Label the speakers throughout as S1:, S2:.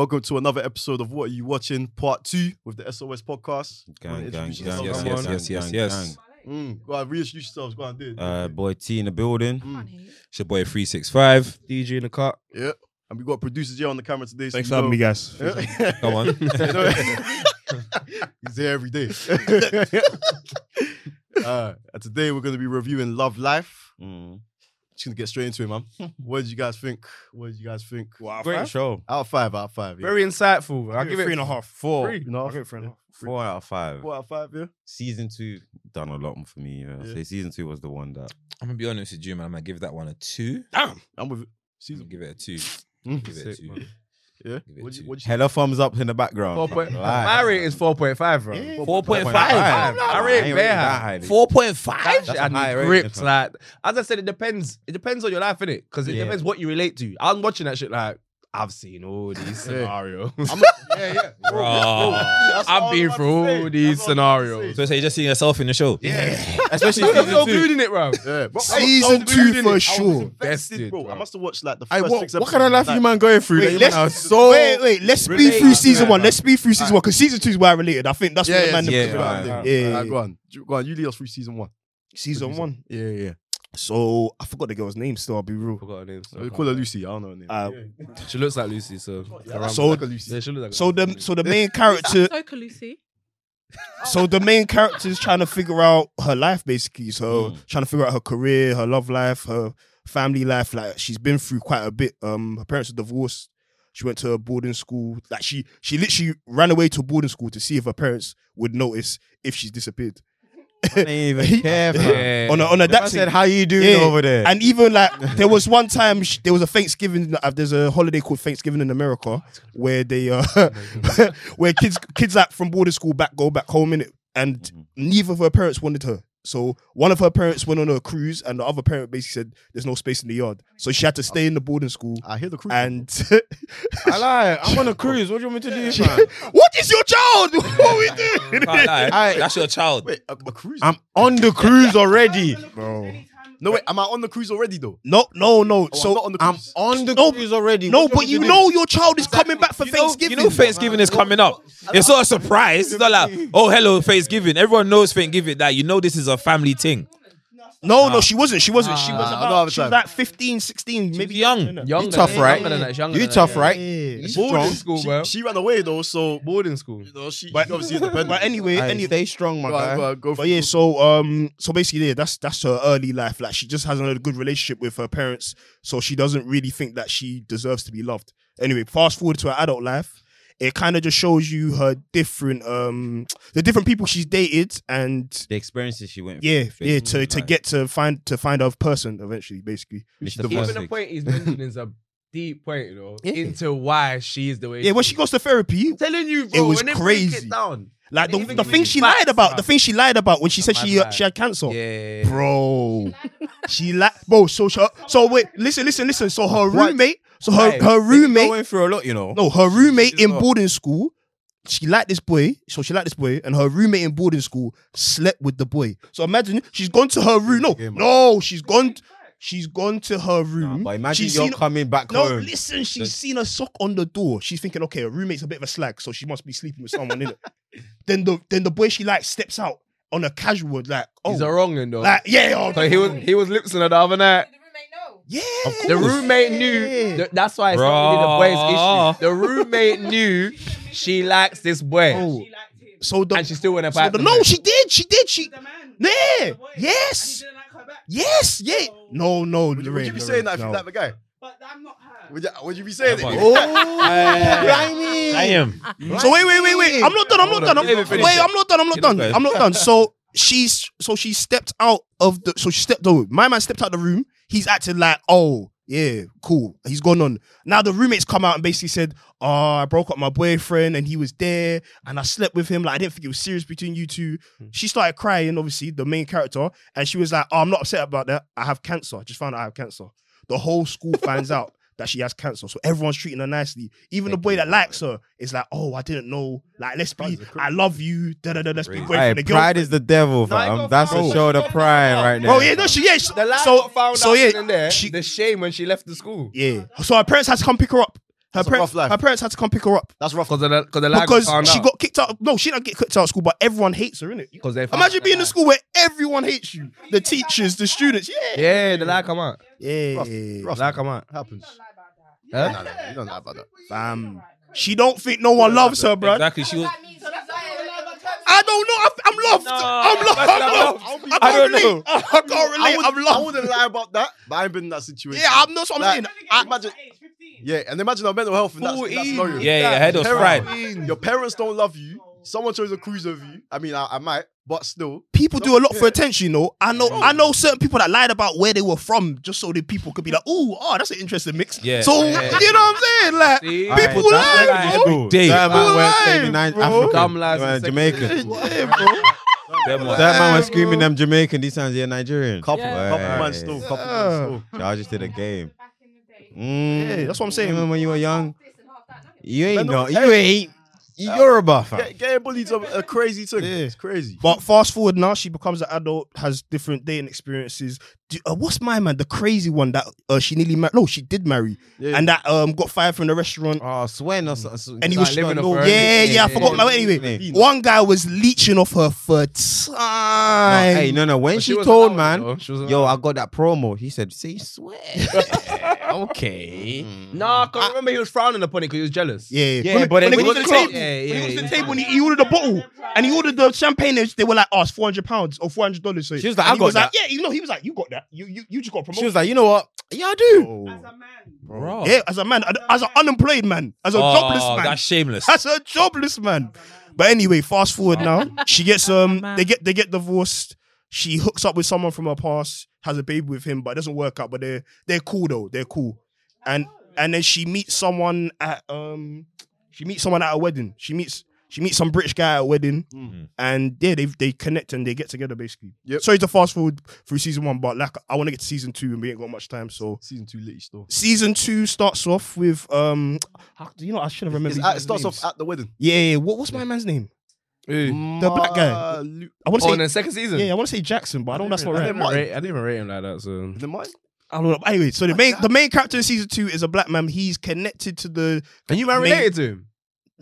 S1: Welcome to another episode of What Are You Watching, part two with the SOS podcast. Wanna
S2: Gang, gang,
S1: introduce
S2: gang,
S1: yourself,
S2: yes,
S1: come
S2: yes,
S1: on.
S2: yes, yes, yes.
S1: Mm, go on, reintroduce yourselves. Go on, do it. do it,
S2: Uh,
S1: do it.
S2: boy T in the building.
S1: Mm.
S2: It's your boy three six five.
S3: DJ in the car.
S1: And we got producers here on the camera today. so you
S4: Thanks for having
S1: know-
S4: me, guys.
S1: Yeah.
S2: Come on.
S1: You know- He's there every day. uh, and today we're going to be reviewing Love Life.
S2: Mm.
S1: Just going to get straight into it, man. What did you guys think? What did you guys think?
S3: Great show.
S1: Out of five, out of five. Yeah.
S3: Very insightful. bro. I'll
S4: Give it
S3: give it
S4: three and a half.
S3: Four.
S4: Three.
S1: No,
S3: I'll give it three and a half.
S2: Four out of five.
S1: Four out of five, yeah?
S2: Season two done a lot for me. Yeah.
S1: Yeah.
S2: So season two was the one that
S5: I'm gonna be honest with you, man. I'm gonna give that one a two.
S1: Damn. I'm with it.
S5: I'm gonna
S1: Season.
S5: give it a two.
S1: Mm.
S5: Give it a
S3: Sick,
S5: two.
S3: man.
S1: Yeah.
S5: Give it
S1: What'd you-
S5: two.
S1: what'd you-
S2: hella thumbs up in the background.
S3: Four point.
S2: Like,
S3: My rate is four point five, bro.
S1: Yeah.
S3: Four point five.
S2: 4.5.
S3: I
S2: I
S3: rate
S2: ain't
S3: bare
S2: rating that
S3: high.
S2: highly.
S5: Four point five.
S2: That's
S3: I
S2: a high
S3: need
S2: rate,
S3: grips.
S2: fam.
S3: Like as I said, it depends. It depends on your life, innit? Because it
S5: Yeah.
S3: depends what you relate to. I'm watching that shit like I've seen all these scenarios.
S1: I'm a- yeah, yeah.
S5: Bro.
S1: That's
S3: I've
S1: all I'm
S3: been
S1: about to
S3: Oh, through
S1: say. That's all I'm about
S3: all these
S1: to
S3: scenarios.
S1: say.
S5: So, so you just seeing yourself in the show.
S2: Yeah.
S3: Especially
S2: season
S3: no
S2: two.
S3: good in it, bro.
S1: Yeah, bro, I was- I
S4: Season
S1: was
S4: two
S1: glued in it. I
S4: for
S1: was
S4: sure.
S1: invested,
S3: Bested,
S1: bro.
S3: bro.
S1: I must have watched like the first
S4: Hey, what,
S1: six
S4: what
S1: episodes.
S4: kind of life
S1: like,
S4: you man going through?
S1: Wait,
S4: that you
S1: let's-
S4: man are so Oh, wait, wait. Let's speed
S3: Related.
S4: through season
S3: Yeah,
S4: one.
S3: man.
S4: Let's speed through season one because season two is where I related. I think that's
S1: Yeah,
S4: where
S1: yeah,
S4: the man
S2: yeah,
S4: yeah,
S2: right,
S4: yeah,
S2: right,
S1: Alright, go on, You- go on. You lead us through season one.
S4: season
S1: Producer.
S4: one.
S1: Yeah, yeah.
S4: So I forgot the girl's name. Still, I'll be real.
S3: Forgot her name.
S1: So we call her Lucy. I don't know her name.
S4: Uh,
S3: She looks like Lucy, so.
S1: Yeah,
S4: so-
S1: like a Lucy.
S3: Yeah, she looks like
S4: So the so the main character
S6: So Lucy.
S4: so the main character is trying to figure out her life basically. So
S2: Mm.
S4: trying to figure out her career, her love life, her family life. Like she's been through quite a bit. Um, her parents are divorced. She went to a boarding school. Like she she literally ran away to boarding school to see if her parents would notice if she's disappeared.
S2: I didn't even care. fam.
S3: Yeah.
S4: on a, on a
S2: If I
S4: that
S2: said,
S4: said,
S2: "How you doing
S4: Yeah.
S2: over there?"
S4: and even like there was one time sh there was a Thanksgiving. uh, There's a holiday called Thanksgiving in America where they uh, where kids kids like from boarding school back go back home in it, and
S2: Mhm.
S4: neither of her parents wanted her. So one of her parents went on a cruise, and the other parent basically said there's no space in the yard, so she had to stay in the boarding school.
S1: I hear the crew.
S4: And
S2: I lie. I'm on a cruise. What do you want me to do, man?
S4: what is your child? What are we doing?
S5: Can't lie.
S2: I-
S5: That's your child.
S1: wait, a, a cruise.
S2: I'm on the cruise already.
S4: Bro.
S1: no, wait. Am I on the cruise already though?
S4: No, no, no.
S1: Oh, I'm
S4: so
S1: not on the
S2: I'm
S1: cruise.
S2: on the
S4: No,
S2: cruise already.
S4: no,
S2: What do
S4: but
S2: want
S4: you
S2: me to do?
S4: know your child is coming back for
S5: You know,
S4: Thanksgiving.
S5: you know Thanksgiving is coming up. It's not a surprise. It's not like, oh, hello, Thanksgiving. Everyone knows Thanksgiving. That you know this is a family thing.
S4: No, no, she wasn't. She wasn't. she was
S1: Nah,
S4: about,
S1: not all the
S4: she was
S1: time.
S4: like 15, 16,
S5: Maybe
S4: maybe.
S5: young.
S3: Younger
S2: You tough,
S3: than-
S2: right?
S3: younger than that, younger
S2: You
S3: than that,
S2: tough,
S3: yeah.
S2: right?
S3: She's
S1: Boarding
S3: strong. school,
S1: she,
S3: bro.
S1: she ran away though, so
S3: boarding school.
S1: you know, she,
S4: But-
S1: she obviously is dependent.
S4: But anyway,
S2: Aye,
S4: anyway.
S2: stay strong, my
S1: Go on,
S2: guy.
S1: go on, go for
S4: But yeah,
S1: it.
S4: so um, so basically, yeah, that's that's her early life. Like she just hasn't had a good relationship with her parents, so she doesn't really think that she deserves to be loved. Anyway, fast forward to her adult life, it kind of just shows you her different um, the different people she's dated, and
S2: The experiences she went
S4: yeah,
S2: through.
S4: yeah, to to
S2: Like,
S4: get to find to find her person eventually, basically.
S2: it's
S1: Even
S2: first
S3: Even the
S2: thing.
S3: point he's mentioning is a deep point, you know,
S4: Yeah.
S3: into why she's the way.
S4: Yeah, when she goes to therapy,
S3: I'm telling you, bro,
S4: was
S3: when they break
S4: crazy.
S3: It down.
S4: like the,
S3: Even
S4: the
S3: giving
S4: thing
S3: you
S4: she
S3: facts,
S4: lied about,
S3: man.
S4: the thing she lied about when she said
S3: Mad
S4: she uh,
S3: lie.
S4: she had cancer.
S3: Yeah.
S4: bro. She like, bro. So she, uh, so wait, listen, listen, listen. So her roommate, so her
S2: Right.
S4: her
S2: They
S4: roommate,
S2: went through a lot, you know.
S4: no, her roommate
S2: She's
S4: in
S2: not.
S4: boarding school. She liked this boy, so she liked this boy, and her roommate in boarding school slept with the boy. So imagine she's gone to her room. No, no, she's gone. She's gone to her
S2: Nah,
S4: room.
S2: but imagine
S4: she's
S2: you're
S4: seen-
S2: coming back
S4: no,
S2: home.
S4: listen. She's
S2: That's-
S4: seen a sock on the door. She's thinking, okay, her roommate's a bit of a slag, so she must be sleeping with someone in it. Then the then the boy she likes steps out on a casual like, oh,
S3: He's a wrong one, though.
S4: like yeah, oh,
S3: so he was he was lipsing her the other night.
S4: yeah.
S3: The roommate knew. th- that's why it's not really the boy's
S5: Bruh.
S3: issue. The roommate knew she likes this boy,
S4: Oh. So the
S3: and she still went up.
S4: so the, no, she did, she did, she yeah, yes, yes, yeah. No, no,
S1: would you, would
S4: Lorraine,
S1: you be
S4: Lorraine,
S1: saying that if you
S4: no.
S1: like the guy?
S6: But I'm not her.
S1: Would you, would you be saying
S5: Come
S1: it?
S5: on.
S2: I mean,
S5: I am.
S4: So wait, wait, wait, wait. I'm not done. I'm not
S3: Hold on,
S4: done.
S3: let
S4: I'm,
S3: me
S4: wait,
S3: finish it.
S4: I'm not done. I'm not
S5: Keep
S4: done.
S5: on going.
S4: I'm not done. So she's so she stepped out of the. So she stepped over. My man stepped out the room. He's acting like, oh yeah, cool. He's gone on. Now the roommates come out and basically said, oh, I broke up my boyfriend and he was there and I slept with him. Like I didn't think it was serious between you two. She started crying. Obviously, the main character, and she was like, oh, I'm not upset about that. I have cancer. I just found out I have cancer. The whole school finds out that she has cancer. So everyone's treating her nicely. Even the boy that likes her is like, oh, I didn't know. Like, let's be, I love you. Da da da. Let's be
S5: Crazy.
S4: boyfriend
S2: Aye, pride
S4: and girlfriend.
S2: is the devil,
S3: No, I
S2: fam.
S3: got
S2: That's a
S3: found.
S2: show of pride right now.
S4: Bro, Oh, yeah, no, she, yeah. she-
S3: The lad
S4: so,
S3: found
S4: so
S3: out
S4: yeah,
S3: in there.
S4: she-
S3: the shame when she left the school.
S4: yeah. So her parents had to come pick her up. Her,
S1: That's a
S4: par-
S1: rough life.
S4: her parents had to come pick her up
S1: That's rough.
S3: Because of the, cause the lag
S4: because
S3: found
S4: she
S3: out.
S4: got kicked out. No, she didn't get kicked out of school, but everyone hates her, innit?
S3: 'Cause they found
S4: Imagine
S3: out.
S4: being in a school where everyone hates you. The teachers, the students. Yeah.
S3: Yeah, the lag come out.
S4: Yeah.
S1: rough.
S3: The lag come out.
S1: happens. No,
S3: Huh?
S1: no, no, you don't know about that.
S4: Fam. She don't think no one loves her, bro.
S5: Exactly. She was.
S4: I don't know. I, I'm loved.
S5: No,
S4: I'm loved.
S5: that's
S4: I'm
S5: not
S4: loved.
S1: I'll be-
S4: I,
S5: I
S4: can't
S5: don't
S4: relate. I can't
S1: I,
S4: relate.
S1: would,
S4: I'm
S1: I
S4: loved.
S1: wouldn't lie about that, but I've been in that situation.
S4: Yeah, I'm not. what I'm saying.
S1: Like,
S4: I,
S1: imagine, yeah, and imagine our mental health in that, in that
S3: 14.
S1: scenario.
S5: Yeah, yeah, head was fried.
S1: Parents- Your parents don't love you. Someone chose a cruise over you. I mean, I, I might, but still.
S4: people do a lot for
S1: Yeah.
S4: attention, you know. I know I know certain people that lied about where they were from just so that people could be like, "Ooh, oh, that's an interesting mix."
S5: Yeah.
S4: So
S3: Yeah.
S4: you know what I'm saying? Like
S3: See? Alright,
S4: people lie,
S3: that's
S4: bro.
S5: Every day.
S6: That man went
S4: Alive,
S6: screaming I'm
S4: bro.
S6: African.
S3: Dumb lies
S6: Uh,
S3: and
S6: Jamaican.
S4: Yeah, bro.
S5: Them ones.
S6: That man was
S4: bro.
S6: screaming them Jamaican. These times, yeah, Nigerian.
S1: Couple,
S6: Yeah.
S1: couple man still, couple man still.
S6: Y'all just did a game.
S7: Back in the day.
S6: Mm.
S4: Yeah, that's what I'm saying.
S6: Remember when you were young?
S7: This and half that, no.
S6: You ain't
S1: Man,
S6: no,
S1: no,
S6: you ain't. You're a buffer.
S1: Get, getting bullied a, a crazy thing. It's crazy.
S4: But fast forward now, she becomes an adult, has different dating experiences. Do, uh, what's my man, the crazy one that uh, she nearly married? No, she did marry,
S1: Yeah.
S4: and that um got fired from the restaurant.
S6: Oh, Swen or something.
S4: And he
S3: Like
S4: was
S3: living
S4: no,
S3: off her.
S4: yeah, yeah,
S3: Yeah,
S4: I forgot
S3: yeah.
S4: my anyway. One guy was leeching off her for time.
S6: hey, no, no. When
S3: But
S6: she,
S3: wasn't
S6: told
S3: that
S6: man,
S3: one, though. She wasn't
S6: yo,
S3: that
S6: I got that promo. He said, "Say swear." okay.
S3: one. Nah, cause I remember he was frowning upon it because he was jealous.
S4: Yeah,
S6: Yeah,
S4: When-
S6: but
S4: when
S6: it
S4: they go
S6: was
S4: to the
S6: the
S4: table,
S3: yeah,
S4: when they go to
S3: yeah,
S4: the table, and he, he ordered a bottle, and he ordered the champagne. And they were like, "Oh, it's four hundred pounds or four hundred dollars." So
S6: She was like,
S4: and
S6: "I
S4: he
S6: got
S4: was
S6: that."
S4: Like, yeah, you know, he was like, "You got that. You you, you just got promoted."
S6: She was like, you know what? Yeah, I do.
S7: As a man.
S5: Bro.
S4: "Yeah, as a man, as an unemployed man, as a
S5: Oh,
S4: jobless man,
S5: That's shameless.
S4: That's a jobless man. But anyway, fast forward now. She gets um they get they get divorced. She hooks up with someone from her past, has a baby with him, but it doesn't work out. But they're they're cool though. They're cool. And and then she meets someone at um she meets someone at a wedding. She meets she meets some British guy at a wedding.
S1: Mhm.
S4: And yeah, they they connect and they get together basically.
S1: Yep.
S4: Sorry to fast forward through season one, but like I want to get to season two and we ain't got much time. So
S1: Season two late still.
S4: season two starts off with um how- you know I should have
S1: It's
S4: remembered. these
S1: at- It
S4: guys'
S1: starts
S4: names.
S1: off at the wedding.
S4: Yeah, yeah, What, what's my man's name?
S3: Yeah.
S1: The
S4: black guy. I want to
S3: Mm. Oh, in
S4: say
S3: the second season.
S4: yeah, I want to say Jackson, but I don't. That's not
S3: I
S4: right.
S3: didn't, rate, I didn't even rate him like that. So
S4: I don't know. Anyway, so the main the main character in season two is a black man. He's connected to the
S3: and you man
S4: Main-
S3: related to him.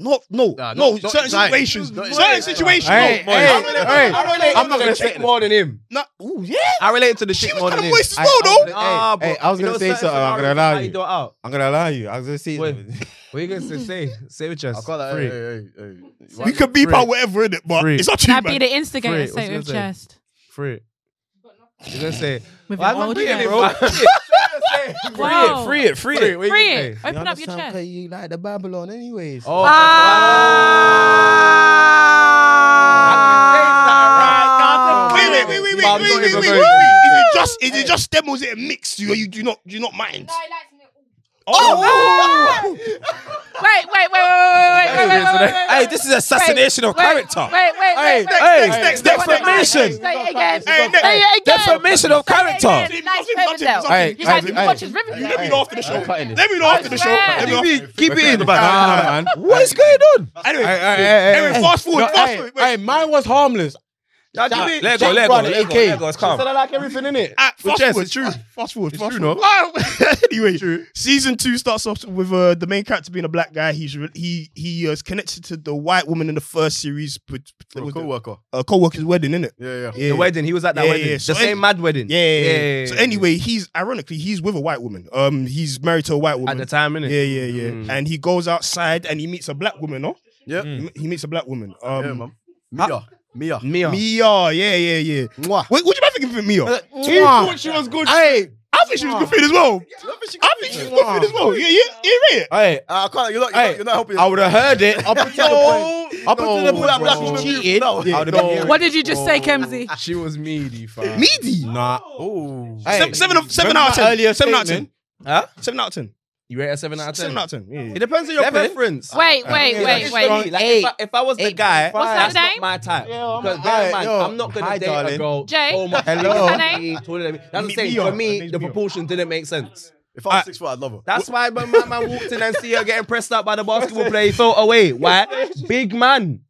S4: no no
S1: Nah,
S4: no
S1: not- not
S4: certain
S1: design.
S4: situations
S1: Not
S4: certain
S1: design.
S4: situations.
S6: Hey,
S4: no.
S6: hey,
S4: I relate-
S6: hey.
S4: I relate-
S3: I'm not gonna say more than him.
S4: No, ooh, yeah.
S3: I relate to the
S4: She
S3: shit
S4: was
S3: more
S4: kinda
S3: than him.
S4: moist as
S6: I-
S4: well,
S6: I
S4: though.
S6: was gonna-
S3: Ah,
S6: hey,
S3: but
S6: I was
S3: you
S6: gonna
S3: know
S6: say
S3: certain
S6: something. I'm gonna
S3: scenarios,
S6: allow
S3: how
S6: you.
S3: don't out.
S6: I'm gonna allow you. I was gonna say
S3: Wait.
S6: something.
S3: What are you gonna say? Say with us.
S1: I call that.
S3: Free.
S1: Hey, hey, hey, hey.
S4: We could beep
S3: Free.
S4: out whatever in it, but
S3: Free.
S4: it's up to you,
S7: Can I be
S4: man.
S7: the instigator?
S3: Free, what's
S7: Say with
S3: your name?
S7: chest.
S3: Free. You're gonna say.
S7: With
S3: Why
S7: your
S3: am I
S7: old
S3: beating him,
S7: chest.
S3: bro?
S7: Wow.
S5: Free it. Free it.
S3: Free it.
S7: Free it. Open up your
S6: understand,
S7: chest.
S6: 'cause You like the Babylon, anyways.
S3: Oh.
S4: Wait, wait, wait, wait, wait,
S3: But I'm
S4: wait,
S3: not
S4: wait,
S3: even
S4: wait,
S3: going
S4: wait.
S3: to.
S4: Is it just is it just them or is it a mix? You you do not do not mind.
S7: No, he likes me all.
S4: Oh,
S7: Wait, wait, wait, wait, wait, wait, wait, wait, wait, wait, wait.
S5: Hey, this is assassination of
S7: Wait,
S5: character.
S7: Wait, wait,
S5: Hey,
S7: wait, wait.
S5: hey,
S4: next, next,
S7: Say it
S4: next,
S5: defamation.
S7: again. Say it again.
S4: Hey, next.
S7: Say it again.
S5: Defamation of
S7: Say it
S5: character.
S7: again. Nice
S4: Something,
S7: Riverdale.
S4: something, something.
S7: You guys
S6: Hey,
S7: can
S6: hey,
S7: watch his
S4: you let me know
S7: Riverdale.
S4: after the show. Let me know after the show. Let me know. after-
S6: Keep it in the back. man.
S5: What is going on?
S4: Anyway,
S6: Hey, hey, hey,
S4: anyway,
S6: hey.
S4: fast forward,
S6: No,
S4: fast
S6: hey,
S4: forward. wait.
S6: Hey, mine was harmless.
S3: Y'all
S5: Nah,
S3: give it.
S5: Let go, let go, let go, let go.
S3: Said
S5: It's calm.
S3: I like everything in it.
S4: Ah, fast
S3: Jess,
S4: forward.
S3: it's true.
S4: Fast forward.
S3: It's
S4: fast
S3: true, no?
S4: forward. Ah, anyway, season two starts off with uh, the main character being a black guy. He's re- he he uh, is connected to the white woman in the first series, but
S1: From a co-worker.
S4: a co-worker's wedding, innit?
S1: Yeah, yeah.
S4: Yeah.
S3: The wedding. He was at that
S4: Yeah,
S3: wedding.
S4: yeah,
S3: The
S4: so
S3: same
S4: any-
S3: mad wedding.
S4: Yeah, yeah, yeah. So anyway, he's ironically he's with a white woman. Um, he's married to a white
S3: at
S4: woman.
S3: the time, innit?
S4: yeah, yeah, yeah.
S3: Mm.
S4: And he goes outside and he meets a black woman. No,
S1: Yep.
S4: He m- he meets a black woman. Um,
S1: Yeah, man. Mia. Mia.
S3: Mia.
S4: Mia, Mm. yeah, yeah, yeah.
S1: Mwah.
S4: Wait, what do you think of Mia?
S6: You thought
S4: she was good.
S6: Hey,
S4: I think she was good fit as well. I think she was good fit as well. Yeah, yeah, yeah. Right.
S6: hey,
S1: Uh, I can't. You're not. You're,
S6: Hey,
S1: not, you're not helping.
S6: I would have heard it up until the point. Up until the
S1: No,
S6: point that
S1: bro.
S6: black woman cheated.
S1: No.
S6: I would have been
S3: No.
S6: hearing-
S7: What did you just say, Kemsy?
S3: She was meaty, fam.
S4: Meaty.
S6: Nah.
S1: Oh.
S6: Hey,
S4: Seven, seven, of- seven
S6: remember
S4: out of
S6: my
S4: ten.
S6: earlier
S4: seven out of ten.
S6: statement?
S3: Huh?
S4: Seven out of ten.
S3: You rate a seven out of ten.
S4: Seven out of ten. Yeah. yeah.
S3: It depends on your
S6: Seven?
S3: preference. Uh,
S7: Wait, wait, wait,
S6: strong.
S7: wait.
S3: Like, if, I, if I was the
S6: Eight
S3: guy,
S6: point
S7: five.
S3: that's
S7: What's her
S3: not
S7: name?
S3: my type.
S6: I'm-
S3: Because bear in
S6: Hi,
S3: mind,
S6: yo.
S3: I'm not gonna
S6: Hi,
S3: date a
S6: darling.
S3: girl.
S7: Jay?
S3: so much
S6: Hello.
S7: What's her name?
S3: taller than me. That's the
S4: Me-
S3: same.
S4: Mia.
S3: For
S4: Her
S3: me,
S4: name's
S3: the
S4: Mia.
S3: proportion didn't make sense.
S1: If I was six foot, I'd love her.
S3: That's why my, my man walked in and see her getting pressed up by the basketball player. He felt away. Why? Big man.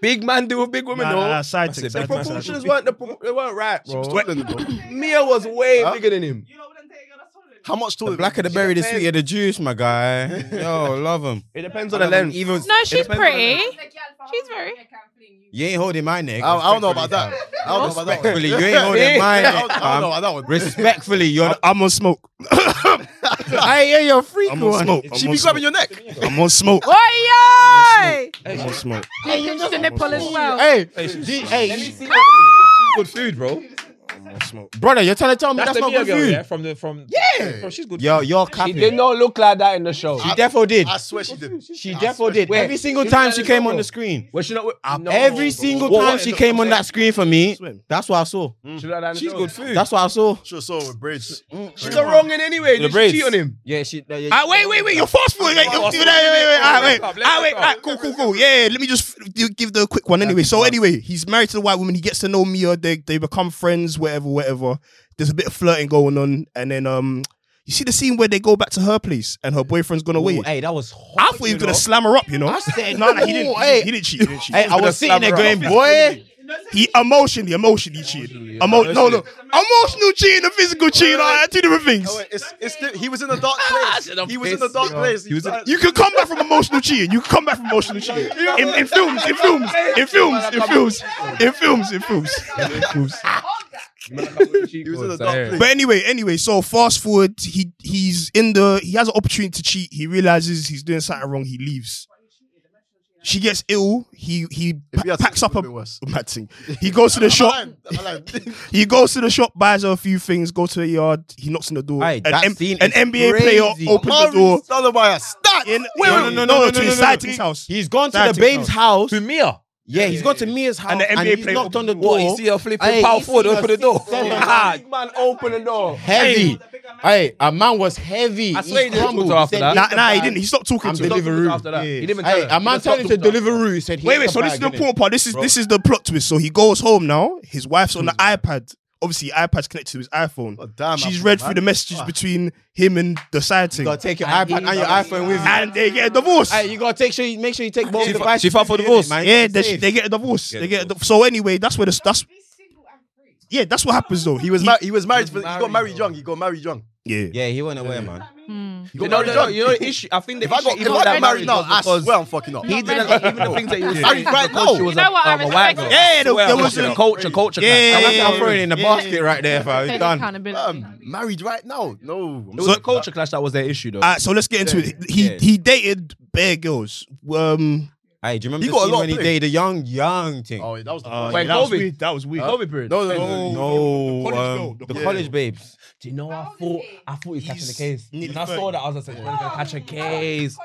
S3: Big man deal with big women,
S4: Nah,
S3: though.
S4: nah, nah, side tick,
S5: That's it,
S4: side
S3: the
S5: big
S4: tick, side
S5: man,
S4: tick.
S3: proportions weren't the pro- they weren't right, bro.
S1: Taller than you, bro.
S3: Mia was way bigger than him.
S7: You know what I'm saying? That's all it
S1: How much taller?
S6: Blacker the berry, the sweeter the juice, my guy. Yo, love him.
S3: It depends on the lens.
S6: Even
S7: No, she's pretty. She's
S8: She's
S7: very-
S8: very.
S6: you ain't holding my neck.
S1: I, I don't know about that. I don't know about that. one.
S6: Respectfully, you ain't holding my
S1: I don't,
S6: neck.
S1: I don't know
S6: Um,
S1: about that one.
S6: Respectfully, you're.
S4: I-
S6: the-
S4: I'm on smoke.
S6: I hear your freak
S4: I'm on smoke.
S1: she
S4: I'm
S1: be
S4: on smoke.
S1: grabbing your neck.
S4: I'm on smoke.
S7: Oi,
S4: I'm on smoke.
S7: yo! You pinch the nipple as well.
S6: Hey,
S5: good food, bro.
S4: I'm on smoke.
S6: brother, you're trying to tell me that's, not good food.
S5: yeah? From the from yeah, she's good.
S6: Yo, you're
S3: She
S6: capping.
S3: did not look like that in the show.
S6: She defo did.
S1: I swear she did.
S6: She defo did.
S3: Where?
S6: Every single
S3: Give
S6: time
S3: me
S6: she
S3: that
S6: came
S3: example.
S6: on the screen.
S3: Well, she not. No,
S6: Every single
S1: What-
S6: time
S1: what-
S6: she came on that screen for me,
S4: Swim.
S6: that's what I saw.
S3: She not like that in the
S5: She's
S3: show.
S5: good food.
S6: That's what I saw. Mm.
S1: She saw her with braids.
S3: She's the wrong in anyway.
S5: The
S3: Did she
S5: braids.
S3: cheat on him?
S4: Yeah, she. Yeah, Ah, wait, wait, wait. You're fast forwarding. Wait, wait, wait, wait, ah, wait, ah, wait, ah, cool, cool, cool. Yeah, yeah, let me just f- do- give the quick one anyway. So anyway, he's married to the white woman. He gets to know Mia. They they become friends, whatever, whatever. There's a bit of flirting going on, and then um, you see the scene where they go back to her place, and her boyfriend's gone away.
S6: Hey, that was
S4: I thought he was gonna slam her up, you know. I
S6: said,
S4: no, no, he didn't.
S6: ooh,
S4: He didn't, he didn't cheat. He didn't cheat.
S6: Hey, I was sitting there going, boy.
S4: He emotionally, emotionally cheated. Emo- no, no, emotional cheating, and physical cheating, like, two different
S1: Oh,
S4: things.
S1: wait, it's, it's, he was in a dark place. He was in a dark place. He was in,
S4: You can come back from emotional cheating. You can come back from emotional cheating. In, in films, in films, in films, in films, in films, in films.
S1: he was in a dark place.
S4: But anyway, anyway, so fast forward, he he's in the he has an opportunity to cheat. He realizes he's doing something wrong. He leaves. She gets ill. He he
S1: If he
S4: pa-
S1: had
S4: packs
S1: sex,
S4: up
S1: it would've
S4: a
S1: been worse.
S4: mad thing. He goes to the shop.
S1: Alan, Alan.
S4: He goes to the shop, buys her a few things, goes to the yard. He knocks on the door.
S6: Aye,
S4: an
S6: that
S4: M-
S6: scene
S4: an
S6: is
S4: NBA
S6: crazy.
S4: player opens the door.
S1: Maurice Adebayo, start.
S4: In,
S6: no, no, no, no, no,
S4: to
S6: no,
S4: his
S6: no, no.
S4: sighting's house.
S6: He's gone to
S4: That's
S6: the
S4: it,
S6: babe's house.
S5: To Mia.
S6: Yeah, he's gone to Mia's house. And
S4: the NBA
S6: he's
S4: player
S6: knocked on the door.
S5: What you see her flipping
S6: Hey,
S5: power
S6: you
S5: forward,
S6: see her
S5: open the
S6: six,
S5: door.
S6: seven.
S5: Ah,
S3: Big man, open the door.
S6: heavy. Hey, a man was heavy.
S3: I swear he didn't
S6: crumbled.
S3: talk to her after
S6: said,
S3: that.
S4: Nah, nah, he didn't. He stopped talking
S6: I'm
S4: to her.
S6: Deliveroo.
S3: After that, he didn't even tell
S6: Hey,
S3: her.
S6: a man telling to Deliveroo said, he
S4: Wait,
S6: ate
S4: wait.
S6: the
S4: So this is
S6: bag,
S4: the
S6: innit?
S4: important part. This is this is the plot twist. So he goes home now. His wife's on the
S6: Hmm.
S4: iPad. Obviously, iPad's connected to his iPhone.
S1: Oh, damn,
S4: She's
S1: iPhone,
S4: read
S1: man.
S4: through the messages
S1: Fuck.
S4: between him and the side thing,
S6: Ah. You gotta take your iPad and your iPhone with you.
S4: and they get a divorce.
S6: Hey, you gotta take sure you make sure you take both
S5: she,
S6: devices.
S5: she fought for
S6: with you,
S5: divorce.
S6: innit, man?
S4: yeah,
S6: It's
S4: they,
S6: safe.
S4: they get a divorce. They get a div- so anyway. That's where the that's yeah. That's what happens though.
S1: He was mar- he was married. He, got married young. He got married young.
S4: yeah.
S6: Yeah, he went away, man.
S1: He
S3: You
S1: got
S3: know,
S1: married
S3: you know,
S1: young.
S3: you know the issue. I think the
S1: If I
S3: issue
S1: got if
S3: even
S1: I
S3: with
S1: got married now, I
S3: because
S1: swear I'm fucking up.
S3: he didn't like even the things that you were saying.
S1: Right
S3: because
S1: now.
S3: she was
S7: You know
S3: a,
S7: what? I
S3: um, a white
S7: respect
S3: girl.
S7: it.
S4: Yeah, there, there was
S3: Culture,
S4: a,
S3: culture, culture.
S4: Yeah,
S3: clash.
S4: yeah,
S6: That's
S4: yeah,
S6: how I'm throwing it in the
S1: yeah.
S6: basket right there, fam. It's
S7: Take
S6: done.
S7: accountability.
S1: Um, married right now? No.
S3: It was a culture clash that was their issue, though.
S4: Alright, so let's get into it. He
S6: Yeah.
S4: he dated bare girls. Um,
S6: Hey, do you remember
S1: He
S6: the
S1: got a
S6: scene
S1: lot
S6: when he
S1: of play.
S6: dated the young, young thing?
S1: Oh, yeah, that was. The
S3: Wait,
S4: that was
S3: COVID?
S4: weird. That was weird.
S3: COVID period.
S1: no, no, no,
S6: No,
S1: no.
S6: no,
S4: the college
S6: um,
S4: girl,
S6: the
S4: the
S6: college babes.
S3: Do you know? I
S8: old is
S3: thought
S8: he?
S3: I thought he was catching the
S4: He's
S3: case.
S4: nearly
S3: When I saw
S4: 30.
S3: that, I was like, he's gonna catch a case.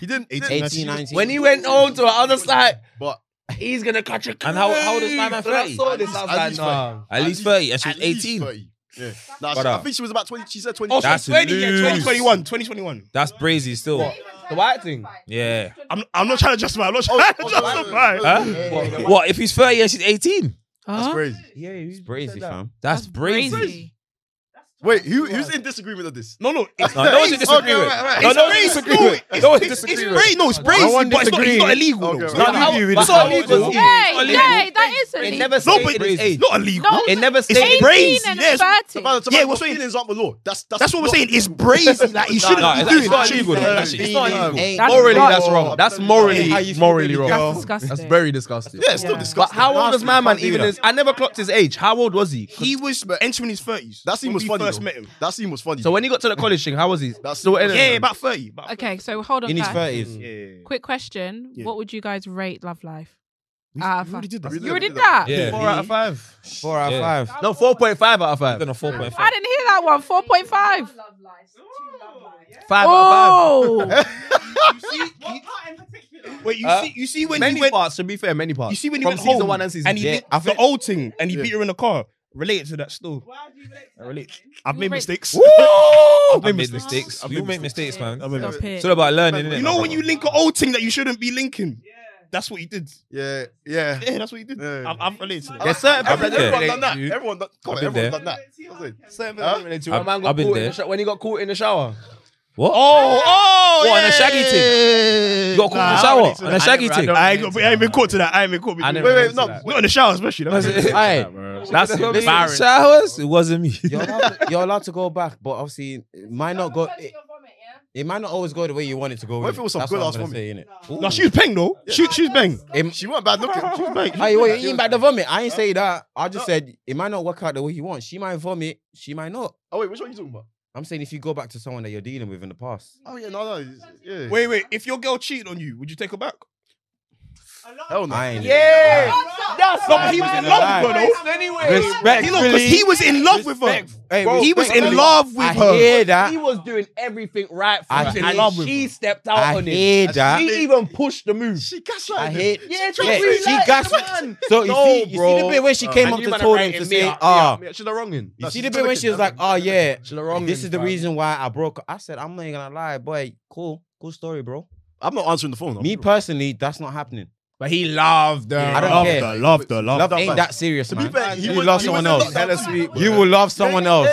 S1: He didn't. he didn't-
S6: 18, 19.
S3: When he went home to her, I was like,
S1: But
S3: he's gonna catch a case.
S5: And how- how old is my man,
S3: When I
S5: 30?
S3: saw this, I was
S1: At
S3: like,
S1: least
S3: nah.
S5: At least 30, and she was
S1: at least
S5: 18.
S1: 30. Yeah. Nah,
S5: Brother.
S1: I think she was about 20. She said 20.
S3: Also,
S5: That's
S3: 20, yeah,
S5: loose.
S4: 2021, 2021.
S5: That's brazy still.
S3: The white thing.
S5: Yeah.
S4: I'm, I'm not trying to justify. I'm not trying to justify.
S5: Huh? What, what, if he's 30 and she's 18?
S1: That's
S7: Huh?
S1: crazy.
S3: Yeah, he's
S6: Crazy, fam.
S5: That's brazy.
S1: Wait, who, who's in disagreement of this?
S4: No, no, it's
S5: No, no one's in
S1: Okay, right,
S5: disagreement.
S1: right.
S5: No,
S4: It's
S5: no one's in
S4: brazy.
S5: disagreement. No one's in
S4: it's
S5: disagreement.
S4: crazy. No, it's crazy,
S6: one
S4: but it's not, it's
S6: disagrees.
S4: not illegal.
S1: Okay,
S4: though.
S1: right.
S4: It's not
S5: None
S4: illegal.
S5: of you
S3: But
S5: really-
S3: how old was he?
S7: Yay,
S5: Only-
S7: yay, that is
S3: It
S7: illegal.
S3: never
S4: No,
S3: stated
S4: but
S3: his age.
S4: it's not illegal.
S7: No,
S3: It never stated.
S7: 18
S4: brazy,
S7: and 30.
S4: yes.
S1: About,
S4: Yeah,
S1: yeah,
S4: we're
S1: what's
S4: saying-
S1: feelings aren't the law. That's that's,
S4: That's what we're
S1: not-
S4: saying. It's brazy. Like you shouldn't
S5: Nah,
S4: be
S5: it's-
S4: doing
S5: it's not
S4: that.
S5: illegal. though. That shit- It's not illegal.
S7: That's
S3: morally,
S7: wrong.
S3: that's wrong. That's morally,
S6: How you feel,
S3: morally
S6: baby
S3: wrong.
S6: girl?
S7: That's disgusting.
S3: That's very disgusting.
S1: Yeah, it's still
S7: Yeah.
S1: disgusting.
S3: But how old was my man?
S4: can't do
S3: Even
S4: that.
S3: his, I never clocked his age. How old was he?
S4: He was entering his thirties.
S1: That scene was funny.
S4: First
S1: though.
S4: met him.
S1: That scene was funny.
S3: So when he got to the college thing, how was he?
S1: That's-
S3: still
S1: Yeah,
S4: Yeah, about thirty. about
S7: Okay, so hold on.
S6: In his
S7: guys.
S8: Mm.
S6: 30s.
S7: Quick question:
S4: Yeah.
S7: What would you guys rate Love Life? Ah,
S4: We already
S7: fuck.
S4: did that.
S1: Really?
S7: You already did
S1: did that.
S7: that.
S5: Yeah.
S3: Four out of five.
S6: Four out of
S5: Yeah.
S6: five.
S3: No, four point five out of
S5: He's
S3: five.
S5: done a 4.5.
S7: I didn't hear that one. Four point five.
S3: Five out
S7: Oh,
S4: Wait, you
S3: Uh,
S4: see, you see
S3: of five.
S4: when
S3: Many
S4: he went.
S3: parts, to be fair, many parts.
S4: You see when he
S3: From
S4: went
S3: season
S4: home
S3: one and season
S4: and he
S3: two.
S4: beat the old thing and he beat her in the car. Related to that still. I relate. I've made
S7: Wait.
S4: mistakes.
S5: I've made
S4: mistakes.
S5: mistakes.
S4: I've
S5: You
S4: made
S5: make mistakes, man.
S4: I've made
S7: stop
S4: mistakes.
S7: it.
S5: It's all about learning, innit?
S4: You know when you link an old thing that you shouldn't be linking. That's what he did.
S1: yeah, yeah.
S4: Yeah, that's what he did.
S1: Yeah.
S4: I've, I've related to that.
S3: There's certain
S5: I've
S3: people
S5: been
S3: that
S1: Everyone done
S3: don't relate
S5: there.
S1: that.
S3: to you.
S1: Everyone done. Come on,
S5: I've been
S1: everyone
S5: there.
S1: done that. That's it.
S3: Certain people don't relate to you.
S5: I've-
S3: My man got
S5: I've been
S3: caught in
S5: there.
S3: the sho- When he got caught in the shower.
S5: What?
S4: Oh, oh,
S5: What,
S4: yeah.
S5: on a shaggy
S4: thing.
S5: You got caught in the shower and a shaggy
S3: I
S5: thing.
S3: don't-
S4: I ain't, got- I ain't been caught to that. I ain't been caught.
S3: I
S4: Wait,
S3: never
S4: wait,
S3: been
S4: no,
S3: to that.
S4: not in the shower, especially. That was it.
S2: Aye,
S3: That's embarrassing.
S5: Showers? It wasn't me.
S8: You're allowed, to, you're allowed to go back, but obviously it might not go. It, it might not always go the way you want it to go.
S1: What if
S8: innit?
S1: it was some
S8: That's what
S1: good
S8: I'm
S1: ass
S8: gonna
S1: vomit?
S8: say, innit?
S4: No, she was bang though. She, she was bang.
S1: She wasn't bad looking. She was bang.
S8: Hey, wait, Oh, you eating back the vomit? I ain't say that. I just said it might not work out the way you want. She might vomit. She might not.
S1: Oh wait, which one are you talking about?
S8: I'm saying if you go back to someone that you're dealing with in the past,
S1: Oh yeah, no, no, it's- yeah.
S4: Wait, wait. If your girl cheated on you, would you take her back?
S1: hell no.
S8: I ain't.
S3: Yeah.
S7: That's
S4: No, but he was in love with her. though.
S3: Anyway.
S4: He, look, 'cause he was in love with her.
S8: Hey,
S3: Bro,
S4: He was in
S8: respectfully,
S4: love with
S8: I
S4: her.
S8: hear that.
S3: He was doing everything right for
S8: I
S3: her,
S8: was in
S3: and
S8: love with
S3: she stepped out
S8: I
S3: on
S8: hear
S3: him.
S8: that.
S3: She even pushed the move.
S1: She
S8: I
S1: gaslighted. him.
S8: hate.
S3: Yeah,
S8: Yeah,
S3: she
S8: she
S3: like,
S8: gaslit. So you,
S3: No,
S8: see, you see the
S3: bro.
S8: bit when she came
S3: And
S8: up
S3: you
S8: to
S3: man are
S8: Tory
S3: writing
S8: to
S3: me
S8: say,
S3: up,
S8: "Ah."
S3: me up. She's the wrong end.
S8: You
S1: That's
S8: see the
S1: just
S8: bit when
S1: like
S8: she was
S1: it,
S8: like, "Oh yeah,
S3: She's the wrong
S8: this is
S3: end,
S8: the
S3: fam.
S8: reason why I broke." up." I said, "I'm not even gonna lie, boy. Cool, cool story, bro.
S1: I'm not answering the phone. personally.
S8: Me personally, that's not happening.
S6: But he loved her.
S8: I don't
S4: Love
S8: care.
S4: her, love her, love
S8: Love
S1: that
S8: ain't
S1: bad.
S8: that serious,
S1: To be
S8: man.
S1: fair, he
S8: you
S1: was-
S8: love
S1: he
S8: someone
S1: was
S8: else.
S1: locked down.
S8: You will love someone else.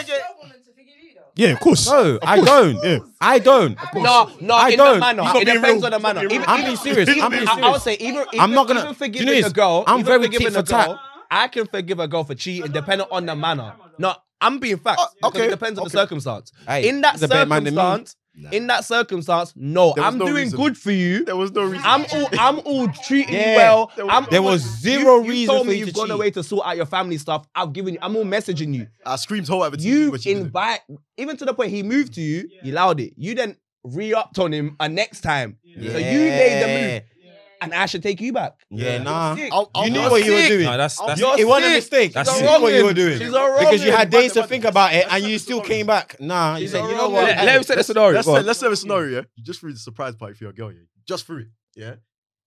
S4: Yeah, of course.
S8: No, I don't.
S4: Yeah.
S8: I don't.
S3: No, no,
S8: I
S3: in
S8: don't.
S3: the manner.
S4: You gotta
S3: It
S4: be
S3: depends
S4: real.
S3: on the manner.
S4: You gotta be
S3: Even-
S8: I'm being serious. I'm being
S3: I, I would
S8: serious.
S3: say even, even
S8: I'm not gonna-
S3: even
S8: Do you know
S3: forgiving a
S8: this?
S3: girl.
S8: I'm
S3: even
S8: very
S3: forgiving
S8: tit
S3: a
S8: for tat.
S3: girl. I can forgive a girl for cheating, depending on the manner. No, I'm being facts. okay, it depends on the circumstance.
S8: Oh, Hey,
S3: in that
S8: he's a better man than me.
S3: circumstance, in that circumstance, no,
S1: There was
S3: I'm
S1: no
S3: doing
S1: reason.
S3: good for you.
S1: There was no reason.
S3: I'm all, I'm all treating
S8: Yeah.
S3: you well.
S1: There was-
S3: I'm
S8: There
S3: all-
S8: was zero
S3: you, you
S8: reason
S3: told
S8: for
S3: me
S8: you
S3: you've
S8: to
S3: gone
S8: cheat.
S3: away to sort out your family stuff. I've given you. I'm all messaging you.
S1: I screamed whole at the TV,
S3: You
S1: but she didn't.
S3: invite even to the point he moved to you. You allowed it. You then re-upped on him a next time. So you made the move, and I should take you back.
S8: Yeah, nah.
S3: Sick.
S1: I'll- I'll-
S8: You knew
S1: I'll-
S8: what you were doing.
S5: No, that's that's
S3: You're
S8: It wasn't a
S3: sick.
S8: mistake.
S5: That's
S8: you
S5: sick.
S8: knew what you were doing.
S3: She's a wrong
S8: Because you
S3: end.
S8: had days to think about it and you still came back. Nah, you
S3: She's
S8: said,
S3: a
S8: you know
S3: wrong
S8: what?
S3: end.
S5: Let, let me set the scenario.
S1: Let's
S5: Go
S1: say,
S5: on.
S1: let's say a scenario. Yeah? You just threw the surprise party for your girl. Yeah, you just threw it. Yeah,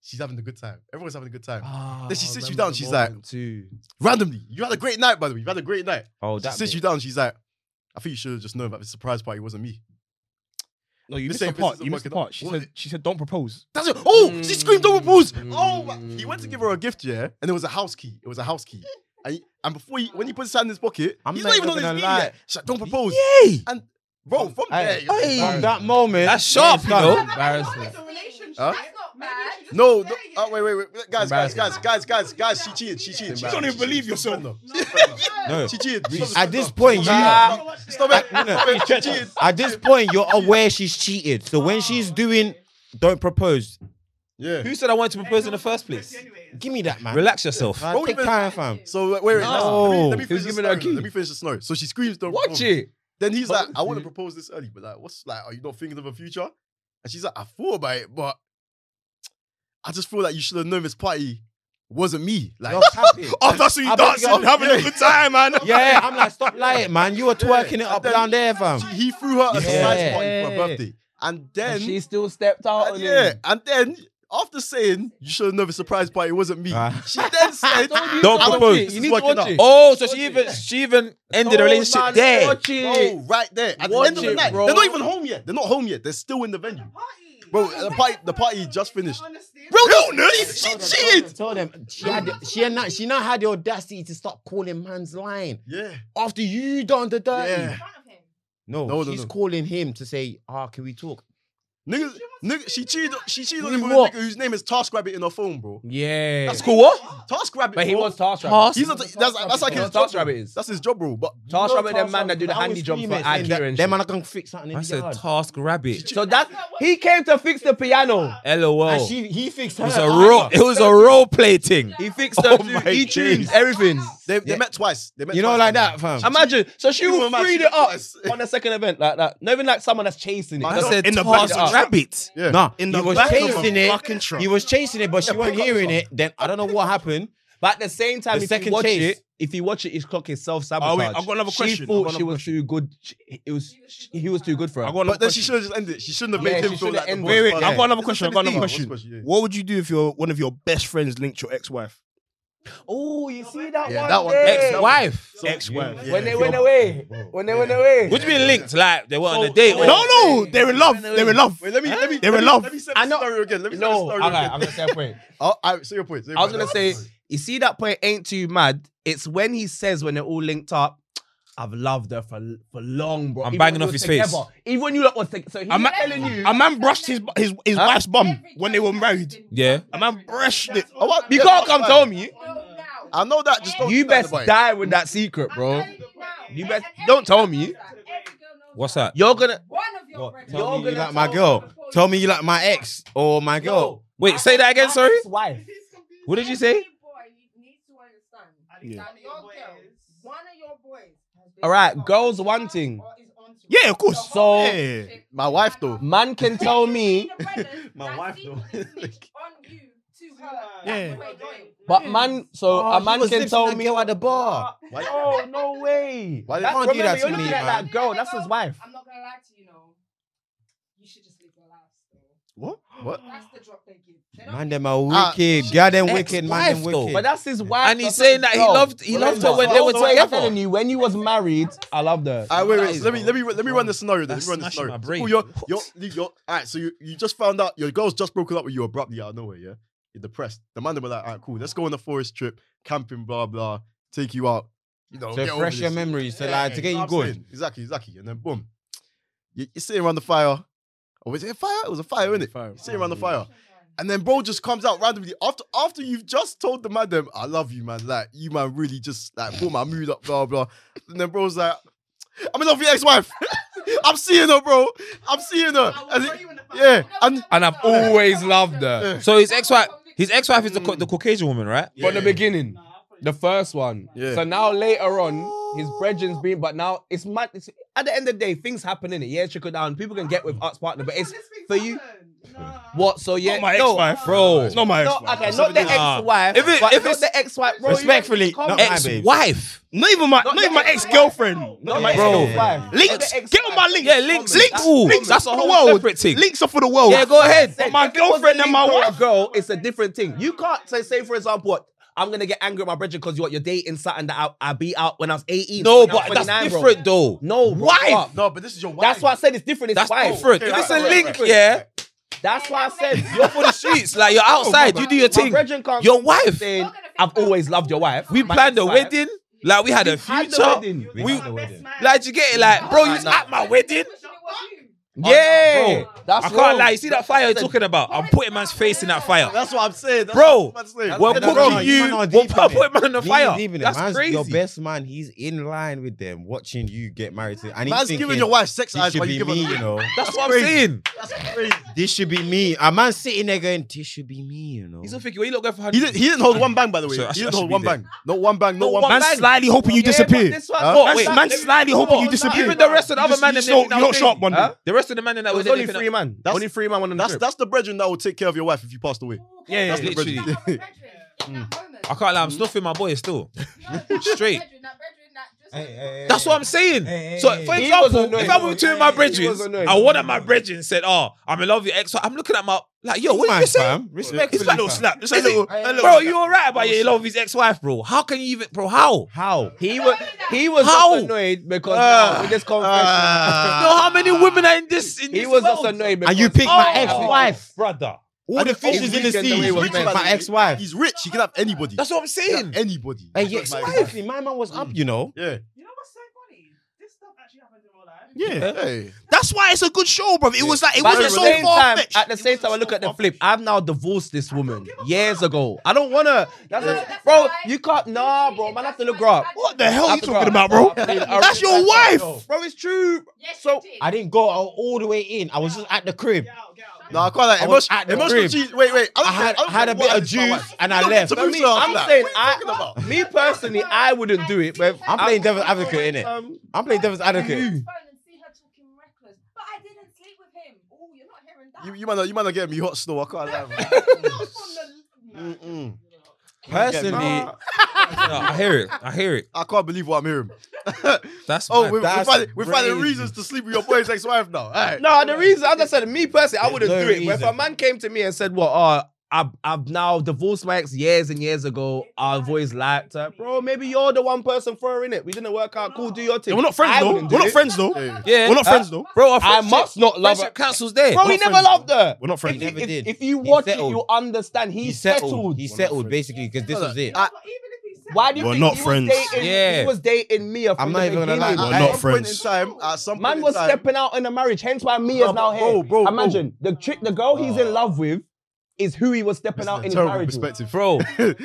S1: she's having a good time. Everyone's having a good time. then she sits you down. She's like, randomly, you had a great night. By the way, you had a great night.
S8: Oh,
S1: She
S8: that
S1: sits you down. She's like, I think you should have just known that the surprise party wasn't me.
S4: No, you
S1: This
S4: missed the
S1: ain't
S4: part.
S1: business
S4: You
S1: of
S4: missed the
S1: working out.
S4: part. She
S1: What?
S4: said, she said, don't propose.
S1: That's it. Oh, she screamed
S8: Mm.
S1: double balls. Oh, my. he went to give her a gift, yeah, and it was a house key. It was a house key. And, he- and before he, when he puts his hand in his pocket,
S8: I'm
S1: he's
S8: not
S1: not even on his
S8: gonna
S1: knee
S8: lie.
S1: yet. She's like, don't propose.
S8: Hey!
S1: And bro, from there,
S8: Hey,
S1: you're like,
S8: From that moment.
S5: That's sharp, you know.
S1: Huh? No, no oh, wait, wait, wait, guys, guys, guys, guys, guys, guys. She cheated. She cheated. She
S4: don't even believe yourself.
S1: No,
S8: No.
S1: she cheated.
S8: At this point, you
S1: stop it. Stop it. She cheated.
S8: at this point you're aware she's cheated. So when she's doing don't propose,
S1: Yeah.
S5: Who said I wanted to propose in the first place?
S8: give me that man.
S5: Relax yourself.
S8: Man, take time, fam.
S1: So wait, wait, let's- let me, let me
S3: Who's
S1: finish the
S3: giving her a
S1: scenario.
S3: key?
S1: Let me finish the scenario. So she screams, "Don't
S3: Watch
S1: propose."
S3: it.
S1: Then he's like, "I want to propose this early," but like, what's like? Are you not thinking of a future? And she's like, "I thought about it, but I just feel like you should have known this party wasn't me." Like,
S8: You're happy.
S4: Oh, that's what you
S8: I bet
S4: dancing,
S8: you got-
S4: having a good time, man.
S8: Yeah, I'm like, stop lying, man. You were twerking it up down there, fam.
S1: she- he threw her a surprise
S8: Yeah.
S1: party for her birthday, and then
S3: she still stepped out
S1: and
S3: on
S1: yeah,
S3: him.
S1: and then after saying you should have known the surprise party wasn't me, she then said,
S5: Don't
S1: "I
S5: propose.
S1: think this
S3: You
S1: is
S3: need to
S1: working Oh,
S3: watch
S1: out."
S3: it.
S5: Oh, so she even she even ended
S8: Oh,
S5: the relationship
S3: man,
S5: there.
S3: Watch it.
S1: Bro, right there. At
S3: Watch
S1: the end of the
S3: it,
S1: night,
S3: bro.
S1: they're not even home yet. They're not home yet. They're still in the venue. Bro, the party, the party just finished. Realness? She cheated.
S8: Tell them she had she had not she now had the audacity to stop calling man's line
S1: Yeah.
S8: after you done the dirty.
S1: Yeah.
S8: No,
S1: No, no,
S8: she's
S1: no.
S8: calling him to say, "Ah, can we talk?"
S1: Niggas, nigga, she cheated. She cheated on
S8: You
S1: him with a
S8: what?
S1: nigga whose name is TaskRabbit in her phone, bro.
S3: Yeah.
S5: That's cool. What?
S1: TaskRabbit.
S3: But he
S1: bro.
S3: was Task Rabbit.
S1: He's not. That's, that's like
S3: You know
S1: his
S3: what
S1: job.
S3: TaskRabbit is?
S1: That's his job, bro. But
S3: Task
S8: No,
S3: Rabbit, them
S8: Task
S3: man that do the
S8: Rabbit, I
S3: handy
S8: was
S3: job for
S8: screaming, saying
S3: IQ
S8: that
S3: and
S8: Them
S3: shit.
S8: man are gonna fix something in
S5: I
S8: the
S5: said
S8: yard.
S5: task rabbit.
S3: So that he came to fix the piano. Ah.
S8: And
S5: LOL. It
S8: she he fixed her.
S5: was a role. It was a role play thing.
S3: He fixed the
S5: Oh my
S3: he tuned everything.
S1: they, they met twice. They met
S8: You know,
S1: twice.
S8: like that, fam.
S3: Imagine. So she
S1: You
S3: will
S1: imagine
S3: freed it up
S1: twice.
S3: on the second event like that. Not even like someone that's chasing it.
S1: I
S5: I
S1: don't-
S5: said
S4: in the
S5: task
S4: back of the
S5: rabbit.
S1: Yeah.
S8: Nah, he
S4: In the
S8: was
S4: back of a
S8: chasing
S4: fucking
S8: it.
S4: truck.
S8: He was chasing it, but she wasn't hearing it. Then I don't know what happened.
S3: But at the same time,
S8: The
S3: if
S8: second
S3: you watch
S8: chase.
S3: it, if you watch it, his clock is self
S4: Oh,
S3: sabotage.
S4: wait, I've got another
S3: She
S4: question. I've
S3: thought
S4: got
S3: she was too good. She, it was she, he was too good for her.
S4: I got another
S1: But then
S4: question.
S1: she should have just ended it. She shouldn't have
S3: Yeah,
S1: made
S3: she
S1: him feel
S3: should have
S1: like the
S3: ended
S1: worst
S3: it. Wait, wait,
S1: part.
S4: I've got another question. I've got another
S1: Worst
S4: question.
S1: question, yeah.
S4: What would you do if your one of your best friends linked your ex-wife?
S3: Oh, you see that
S1: Yeah,
S3: one?
S1: that one-
S3: there?
S5: Ex-wife.
S4: Ex-wife.
S1: Yeah.
S3: When they went away. When they went away.
S5: Would you been linked? Like they were on a date.
S4: No, no, they're in love. They're in love.
S1: Wait, let me, let me,
S4: They're
S1: let
S4: in
S1: me-
S4: love.
S1: Let me say the
S3: I know-
S1: scenario again. Let me say the
S3: No,
S1: scenario
S3: alright,
S1: again.
S3: I'm gonna say a point.
S1: Oh, I see your point. say your
S3: I was
S1: point.
S3: gonna say, you see that point ain't too mad. It's when he says when they're all linked up, I've loved her for for long, bro.
S5: I'm
S3: Even
S5: banging
S3: when
S5: off
S3: we
S5: his
S3: was
S5: face.
S3: together. Even when you lot was together, so he's
S4: A man,
S3: telling you
S4: a man brushed his his, his wife's bum when they were married.
S5: Yeah.
S4: A man brushed it. Oh,
S1: I want-
S3: you
S1: yeah, that's
S3: can't come
S1: fine.
S3: tell me.
S1: I know that. Just don't.
S3: You
S1: do that
S3: best
S1: to Dubai.
S3: die with that secret, bro. You best don't tell me.
S5: What's that?
S3: You're gonna
S7: One of your
S8: What,
S7: brothers.
S8: tell
S3: You're
S8: me you
S3: gonna
S8: like my
S7: tell
S8: girl.
S7: her before
S8: Tell
S7: you-
S8: me you like my ex or my girl.
S5: Wait, say that again. Sorry.
S3: Wife.
S5: What did you say?
S7: Every boy needs to understand that
S4: Yeah.
S7: your girl- one of your boys has been
S3: All right,
S7: on
S3: girls
S7: to
S3: one
S7: her
S3: thing.
S7: or is on to
S4: Yeah,
S7: her.
S4: of course.
S7: The whole
S3: So-
S4: Yeah.
S1: My wife though.
S3: Man can tell me,
S1: My wife though.
S4: Yeah.
S3: but man, so
S8: Oh,
S3: a
S8: he
S3: man
S8: was
S3: can
S8: lipsing
S3: tell
S8: that
S3: me.
S8: girl at the bar.
S1: Why-
S3: Oh no way!
S1: Why they
S3: That's-
S1: can't
S8: do that
S3: remember,
S8: to
S3: you're
S8: me,
S3: looking at
S8: man?
S3: that girl. That's his wife.
S7: I'm not gonna lie to you, know. You should just live your life. Still.
S1: What? What?
S7: That's the drop they give. They don't
S8: Man,
S7: give
S8: them are
S1: Ah,
S8: wicked. Girl, them wicked. Man, them
S5: ex-wife, though.
S8: wicked.
S3: But that's his wife.
S5: And he's
S3: that's
S5: saying
S3: not
S5: that he
S3: his girl.
S5: loved he loved her when
S3: No,
S5: they were
S3: no, wait, I'm
S5: together.
S3: telling you, when you was married, I loved her.
S1: All right, wait,
S5: That
S1: wait.
S5: is
S1: Let me let me let me run the scenario. Then. Let
S5: That's
S1: me run the
S5: smashing
S1: scenario.
S5: my brain.
S1: Cool, you're, you're, you're, all right, so you, you just found out your girl's just broken up with you abruptly out of nowhere. Yeah, you're depressed. The man they were like, all right, cool. Let's go on a forest trip, camping, blah blah. Take you out. You know,
S8: to
S1: get over
S8: refresh your
S1: this.
S8: memories, to
S1: Yeah,
S8: like to
S1: know
S8: get you
S1: what I'm
S8: going.
S1: saying? Exactly, exactly. And then boom, you, you're sitting around the fire. Or was it a fire? It was a fire, wasn't it? You're sitting around the fire. And then bro just comes out randomly after after you've just told the man them, I love you, man. Like you man really just like pull my mood up, blah blah. And then bro's like, I'm in love with your ex-wife. I'm seeing her, bro. I'm seeing her. And it- yeah. And
S7: And I've
S2: always loved her.
S5: So his ex-wife, his ex-wife is the, Ca- the Caucasian woman, right?
S3: From the beginning, the first one.
S1: Yeah.
S3: So now later on, his brethren's been, but now it's mad. It's, at the end of the day, things happen in it. Yeah, trickle down. People can get with us partner, but it's for you. What? So yeah,
S4: Not my
S3: no,
S4: ex-wife,
S5: Bro.
S4: It's not my
S3: No,
S4: ex-wife.
S3: okay, not the
S5: Nah.
S3: ex-wife.
S5: If it-
S3: but
S5: if
S3: not
S5: it's-
S3: the ex-wife, bro, you
S8: Respectfully,
S3: can't
S8: not
S3: come-
S8: my babe.
S5: Ex-wife.
S4: Not even my
S3: Not
S4: not,
S3: the
S4: even my
S3: ex-wife.
S4: ex-girlfriend.
S3: Not
S4: Not
S3: the
S4: my
S5: Bro.
S4: ex-girlfriend.
S3: ex-wife. Not
S4: Links.
S3: the ex-wife.
S4: Get on my links.
S5: Yeah, links.
S4: Links.
S5: Ooh,
S4: links
S5: that's a
S4: for the
S5: whole
S4: world.
S5: separate thing.
S4: Links are for the
S3: Oh,
S4: world.
S5: Yeah, go ahead.
S4: But my
S3: If it was
S4: girlfriend
S3: a
S4: and my
S3: link or a
S4: wife.
S3: girl, it's a different thing. You can't say, say for example, what, I'm gonna get angry at my brethren because you what you're dating something that I, I beat out when I was 18.
S5: No,
S3: when I was
S5: but that's
S3: 29, bro.
S5: different though.
S3: No, bro,
S5: Wife.
S3: fuck.
S1: no, but this is your wife.
S3: That's why I said it's different. It's
S5: That's
S3: wife.
S5: different. If
S1: Okay,
S5: it's a
S1: right,
S5: link,
S1: right,
S5: yeah,
S3: That's why I said
S5: you're for the streets. Like
S8: Oh,
S5: you're outside. You do your
S3: my
S5: thing.
S3: brethren can't
S5: Your
S3: keep
S5: wife.
S3: Saying, I've always loved your wife.
S5: We
S3: My
S5: planned a
S3: ex-wife.
S5: wedding. Like we had a
S3: Had the
S5: future.
S3: wedding.
S5: We like you get it. Like bro, you was at my wedding.
S3: Yeah, that's
S5: I can't
S3: wrong.
S5: lie. You see that fire you're talking about? I'm putting man's face in that fire.
S1: That's what I'm saying. That's
S5: Bro,
S1: what I'm saying.
S5: We're
S1: That's what I'm
S8: bro,
S5: cooking
S1: saying.
S8: you man
S5: you.
S8: are
S5: We're
S8: deep in
S5: putting man on the
S8: Leave-
S5: fire.
S8: leave it.
S5: That's
S8: Man's Your
S5: crazy.
S8: best man, he's in line with them, watching you get married to. And he's
S1: Man's
S8: thinking,
S1: giving your wife sex
S8: This
S1: eyes
S8: should
S1: while you
S8: be
S1: give her.
S8: me, you know.
S5: That's what I'm saying.
S1: That's crazy.
S8: This should be me. A man sitting there going, "This should be me," you know.
S5: He's not thinking. Where you not going for
S1: He didn't. He didn't hold one bang, by the way.
S5: Sorry, I
S1: he
S5: should-
S1: didn't
S5: I should
S1: hold
S5: be
S1: one
S5: there.
S1: bang. Not one bang. Not one bang.
S4: Man's slightly hoping you
S3: Yeah, but
S4: disappear.
S3: this one-
S1: Huh?
S5: Wait,
S4: Man's man's slightly hoping you disappear.
S5: Even the rest of the other man, them
S4: You're not-
S5: they-
S4: you're not sharp one day.
S3: Huh?
S5: The rest of the man in that
S3: It
S5: was
S3: was only three man.
S1: That's-
S3: only three man on the
S1: That's
S3: trip.
S1: that's the brethren that will take care of your wife if you passed away.
S5: Yeah,
S1: That's
S5: yeah,
S1: the brethren.
S5: literally.
S3: Mm.
S5: I can't lie. I'm snuffing my boy still. Straight. That's what I'm saying. so, for
S3: hey. He
S5: example,
S3: was
S5: if I
S3: annoying.
S5: were two of my
S3: He was
S5: bridges
S3: annoying.
S5: and one of my bridges said, "Oh, I'm in love with your ex," so I'm looking at my like, "Yo, what did you say?"
S4: Respect.
S5: It's like a little slap. It's like a little,
S8: Hey, hey,
S5: bro,
S8: hey.
S5: you all right about your in love with his ex-wife, bro? How can you even, bro? How?
S8: How?
S3: He was he was
S5: How?
S3: just annoyed because
S1: Ah.
S3: now with this confession,
S5: You know how many women are in this? In
S3: he
S5: this
S3: was just
S5: world?
S3: annoyed because
S8: And you picked my
S5: Oh.
S8: ex-wife.
S5: brother.
S8: All the
S1: think-
S8: fish is in the
S3: Weekend the way
S8: sea.
S3: it was
S8: You picked
S1: meant.
S8: my ex-wife.
S1: He's rich. He can have anybody.
S5: That's what I'm
S1: He
S5: saying.
S1: can have anybody.
S8: Hey,
S1: He
S8: yeah,
S1: can have my-
S8: exactly. My man was up, you know.
S1: Yeah.
S9: You know what's so funny? This stuff actually happened in real life.
S1: Yeah. Hey.
S4: That's why it's a good show, bro. It was like it
S3: But at
S4: wasn't
S3: the
S4: so
S3: same time,
S4: far
S3: at the same time, I look at the flip. I've now divorced this woman years ago. I don't wanna. That's
S7: Yeah.
S3: a- bro, you can't. Nah, bro, man, I have to look her up.
S4: What the hell
S3: I
S4: are you
S3: have to look
S4: talking
S3: her up.
S4: about, bro?
S3: I mean, I
S4: That's
S3: really-
S4: your wife.
S3: Bro, it's true.
S7: So
S8: I didn't go all- all the way in. I was just at the crib.
S9: Get out, get out.
S1: No, I can't like
S8: I was
S1: emotional.
S8: at the
S1: emotional
S8: crib.
S1: cheese. Wait, wait. I,
S8: I
S1: don't care.
S8: had,
S1: I don't
S8: had
S1: care
S8: a bit
S1: what
S8: of
S1: it's my
S8: juice
S1: wife.
S8: and I
S1: Look,
S8: left.
S1: to
S3: But me,
S1: yourself,
S3: I'm
S1: like,
S3: saying
S1: what are you talking
S3: I,
S1: about?
S3: me personally, I wouldn't do it. But
S8: I'm playing devil's
S7: I'm-
S8: advocate, innit?
S3: um,
S8: I'm playing devil's advocate.
S1: You, you might not, you might not get me hot still. I can't lie. man. Mm-mm.
S8: Personally,
S5: No, I hear it. I hear it.
S1: I can't believe what I'm hearing.
S5: That's
S1: Oh,
S5: mad.
S1: we're, we're,
S8: that's
S1: finding, we're finding
S8: crazy.
S1: reasons to sleep with your boy's ex-wife now. All right.
S3: No, the reason, as I said, me personally, I wouldn't
S8: no
S3: do it. But if a
S8: reason.
S3: man came to me and said, "What? uh, I've, I've now divorced my ex years and years ago. I've always liked her, bro. Maybe you're the one person for her in it. We didn't work out. Cool, do your thing.
S4: Yeah, we're not friends
S3: I
S4: though.
S3: wouldn't do
S4: We're not
S3: it.
S4: friends though.
S1: Yeah.
S5: yeah,
S4: We're not friends though.
S8: Uh,
S5: bro.
S3: I must not love her.
S5: Friendship council's there.
S3: Bro, he never loved her.
S4: We're not
S3: If,
S4: friends.
S8: never
S3: if-
S8: did.
S3: if you
S8: He
S3: watch it,
S8: settled.
S3: you understand. He,
S8: he
S3: settled.
S8: settled. He settled basically because this was it.
S1: I-
S9: But even if he said
S3: Why do you
S4: We're
S3: think
S4: not
S3: he
S4: friends.
S3: Was dating,
S5: Yeah.
S3: He was dating Mia from
S8: I'm
S3: the
S8: not even gonna
S3: beginning.
S8: lie.
S1: At
S4: We're not
S1: some
S4: friends.
S1: Point in time, at some point
S3: Man
S1: in
S3: was
S1: time,
S3: stepping out in a marriage, hence why Mia's
S1: Bro,
S3: now
S1: bro,
S3: here.
S1: bro, bro.
S3: Imagine the chick, the girl he's in love with, is who he was stepping out in his
S1: terrible
S3: marriage. with.
S1: perspective.
S5: Bro,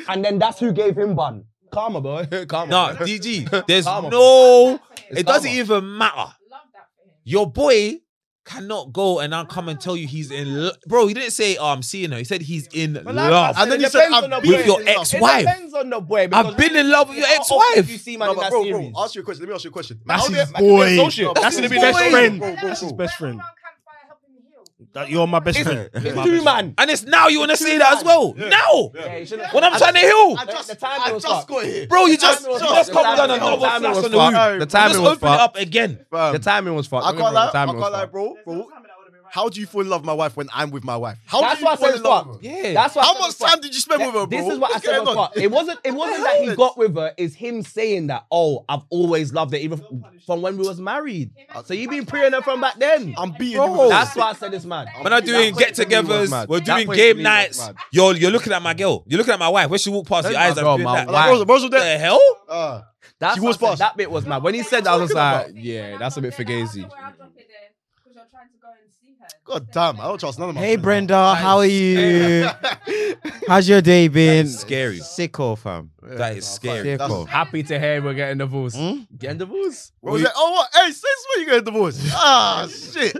S3: And then that's who gave him bun. Karma, bro. Karma.
S5: no, DG, there's
S3: Karma.
S5: no,
S3: It's
S5: it doesn't
S3: karma.
S5: even matter.
S9: Love that for him.
S5: Your boy cannot go and now come and tell you he's in love. Bro, he didn't say, oh, I'm seeing her. He said he's in
S3: like I
S5: love.
S3: said,
S1: And then
S3: It
S1: he said,
S3: depends on
S1: "I've
S3: the
S1: been
S5: with your
S1: in love."
S5: ex-wife. Why?
S3: It depends on the boy. because
S5: I've been in love with your
S3: how often
S5: ex-wife.
S3: do You see, man,
S1: No,
S3: in
S1: but
S3: that
S1: bro,
S3: series.
S1: bro, ask you a question. Let me ask you a question.
S4: That's
S1: How
S4: his
S1: did-
S4: boy.
S1: No,
S4: That's
S1: bro,
S4: his
S1: bro,
S4: best
S1: bro,
S4: friend.
S1: bro, bro,
S4: That's his
S1: bro.
S4: best friend.
S9: Around campfire helping him heal.
S4: That you're my best
S3: It's-
S4: friend.
S3: It's two man.
S5: And it's now you want to say that as well. Now,
S3: Yeah, you shouldn't-
S5: when I'm trying to heal.
S3: I just, the time
S1: I
S3: was
S1: just
S3: up.
S1: got here.
S5: Bro, you
S3: The
S5: just,
S3: timing was
S5: just
S3: fucked.
S5: come
S3: The
S5: down and
S3: timing-
S5: double
S3: the timing
S5: flash
S3: was
S5: on the roof.
S8: The
S5: Just
S8: timing was
S5: open it
S8: fucked.
S5: up again.
S1: Fam,
S8: The timing was fucked.
S1: I
S8: Don't
S1: can't
S8: get me wrong,
S1: lie.
S8: the
S1: I
S8: timing
S1: can't
S8: was
S1: lie,
S8: fucked.
S1: bro.
S9: There's no
S1: Bro,
S9: time that I would've been right.
S1: how do you fall in love with my wife when I'm with my wife? How
S3: That's
S1: do you
S3: why I
S1: fall
S3: said
S1: in
S3: it's
S1: love?
S3: fucked.
S1: with her?
S5: Yeah.
S3: That's why I
S1: How
S3: said
S1: much
S3: it's fucked.
S1: time did you spend with her, bro?
S3: This is what I
S1: What's
S3: said
S1: going
S3: was
S1: on?
S3: fucked. It wasn't. It wasn't that he
S1: hell?
S3: got with her. It's him saying that. Oh, I've always loved her, even f- from when we was married. So you been preying her from back then.
S1: I'm beating you.
S5: Bro.
S1: with a
S3: That's
S1: stick.
S3: why I said it's mad.
S5: We're not doing
S8: That point
S5: get
S8: to me was
S5: togethers.
S8: mad.
S5: We're
S8: That
S5: doing
S8: point to
S5: game
S8: me was
S5: nights.
S8: mad.
S5: You're, you're looking at my girl. You're looking at my wife. When she walked past
S8: That's
S5: your eyes,
S8: my
S5: I'm
S8: girl,
S5: doing
S8: my
S5: that.
S8: wife.
S1: Like, bros, bros were
S5: What
S1: there.
S5: the hell?
S1: Uh,
S3: That's
S1: She
S3: what I
S1: was
S3: said.
S1: fast.
S3: That bit was mad. When he said that, I was like,
S9: yeah, that's a bit fugazi.
S1: God damn, I don't trust none of my
S9: Hey,
S1: friends.
S8: Brenda, how are you? How's your day been?
S5: Scary.
S8: Sicko, fam.
S5: That is scary.
S1: That's-
S8: Sicko.
S3: happy to hear we're getting divorced. Getting divorced?
S1: Bro, was like, oh, what? Hey, since when you getting divorced? ah, shit.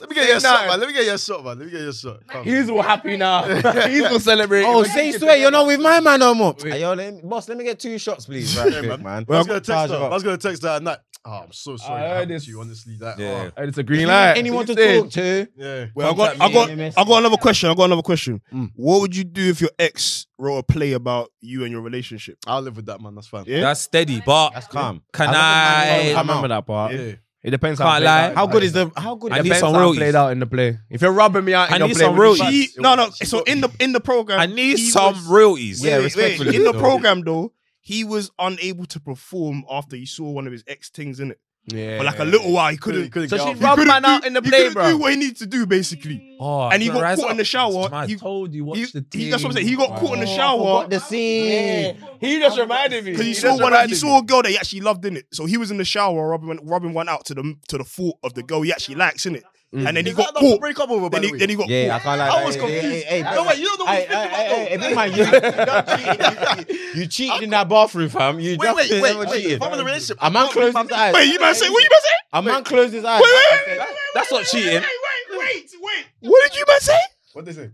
S1: Let me get your shot, man. Let me get your shot, man. Let me get your shot. Come.
S3: He's all happy now. He's all celebrating.
S8: Oh, say swear, you're not with my man no more. Hey, yo, let me, boss, let me get two shots, please. Right, quick, man.
S1: I was gonna text
S8: Charge
S1: her. I
S8: up.
S1: was gonna text her at night. Oh, I'm so sorry.
S3: I
S1: I
S3: heard
S1: heard
S3: this.
S1: you honestly. That.
S5: Yeah.
S1: oh,
S3: And it's a green
S8: Anyone-
S3: light.
S8: Anyone to talk to?
S1: yeah.
S4: Well, I got, I got, I got another question. I got another question. What would you do if your ex wrote a play about you and your relationship?
S1: I'll live with that, man. That's fine.
S4: Yeah.
S5: That's steady, but
S8: That's calm.
S5: can
S8: I
S5: I?
S8: remember that part.
S1: Yeah.
S8: It depends
S5: Can't
S8: how it played
S5: lie.
S8: out.
S5: How
S8: How
S5: good
S8: good is the how good
S5: I need
S8: depends
S5: some
S8: how it
S5: royalties.
S8: played out in the play.
S3: If you're rubbing me out
S5: I
S3: in your
S5: need
S3: play,
S5: some
S3: with
S5: real-
S3: the
S4: She,
S1: was-
S4: no, no.
S1: she
S4: So
S1: was-
S4: in the in the program,
S5: I need
S4: he
S5: some
S4: was-
S5: realties.
S4: Wait, wait, wait.
S8: respectfully,
S4: In the
S8: though.
S4: program though, he was unable to perform after he saw one of his ex things in it
S8: Yeah.
S4: for like a little while. He
S1: Couldn't, couldn't
S4: couldn't.
S3: So
S1: get out.
S3: she rubbed
S4: couldn't
S3: man
S4: do-
S3: out in the
S4: he
S3: play,
S4: couldn't do
S3: bro.
S4: what he needed to do basically,
S5: Oh,
S4: and he
S5: bro,
S4: got
S5: rise
S4: caught in
S5: up.
S4: the shower.
S5: It's mad.
S4: He,
S3: told you
S4: he, he- that's what I'm saying. He got
S8: Wow.
S4: caught in the
S8: Oh,
S4: shower
S8: the scene.
S3: He just reminded me.
S4: because he,
S3: just
S4: saw one.
S3: reminded
S4: He
S3: me.
S4: saw a girl that he actually loved in it. So he was in the shower rubbing rubbing one out to the to the thought of the girl he actually likes in it,
S3: Mm.
S4: and then he
S1: Is
S4: got
S1: that not
S4: caught.
S1: to break up over, by
S4: Then
S1: the
S4: he,
S1: way?
S4: then he got
S8: Yeah, I
S4: caught.
S8: can't lie.
S1: I was
S8: Hey,
S1: confused.
S8: Hey, hey, hey,
S1: no, wait, you don't know what
S8: Hey,
S1: you think about
S8: hey, hey,
S1: though.
S8: hey, man, you, you, cheated. You, you cheated in that bathroom, fam. You
S1: Wait, wait,
S8: definitely
S1: wait,
S8: never
S1: wait.
S8: cheated.
S1: If I'm in a relationship,
S8: A man closed his eyes.
S4: Wait, you man say what you man say?
S8: A man closed his eyes.
S4: Wait, wait, wait, wait,
S5: That's not cheating.
S4: wait, wait, wait, wait. What did you man say?
S1: What they say?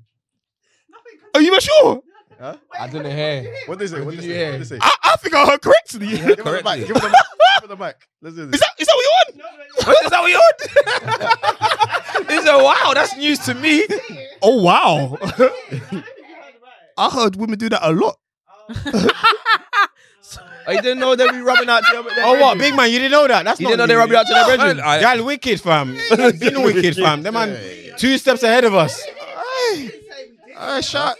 S4: Are you man sure?
S8: I didn't hear.
S1: What they say? What they say? What they say?
S4: I, I think I heard correctly. Is
S1: Give her
S4: that
S1: the mic.
S5: correctly.
S1: Give her the mic. Give her the mic. Let's do
S4: is
S1: this.
S4: that what you want?
S5: What is that we on? He said, wow, that's news to me.
S4: Oh wow. I heard women do that a lot.
S3: I didn't know they be rubbing out. their- their
S8: Oh, what?
S3: bedroom.
S8: Big man, you didn't know that? That's
S3: You
S8: not
S3: didn't know they rub you out to their bedroom.
S5: I- I-
S8: Gal, wicked, fam. Been wicked, fam. Them man, two steps ahead of us.
S1: Ah, shut.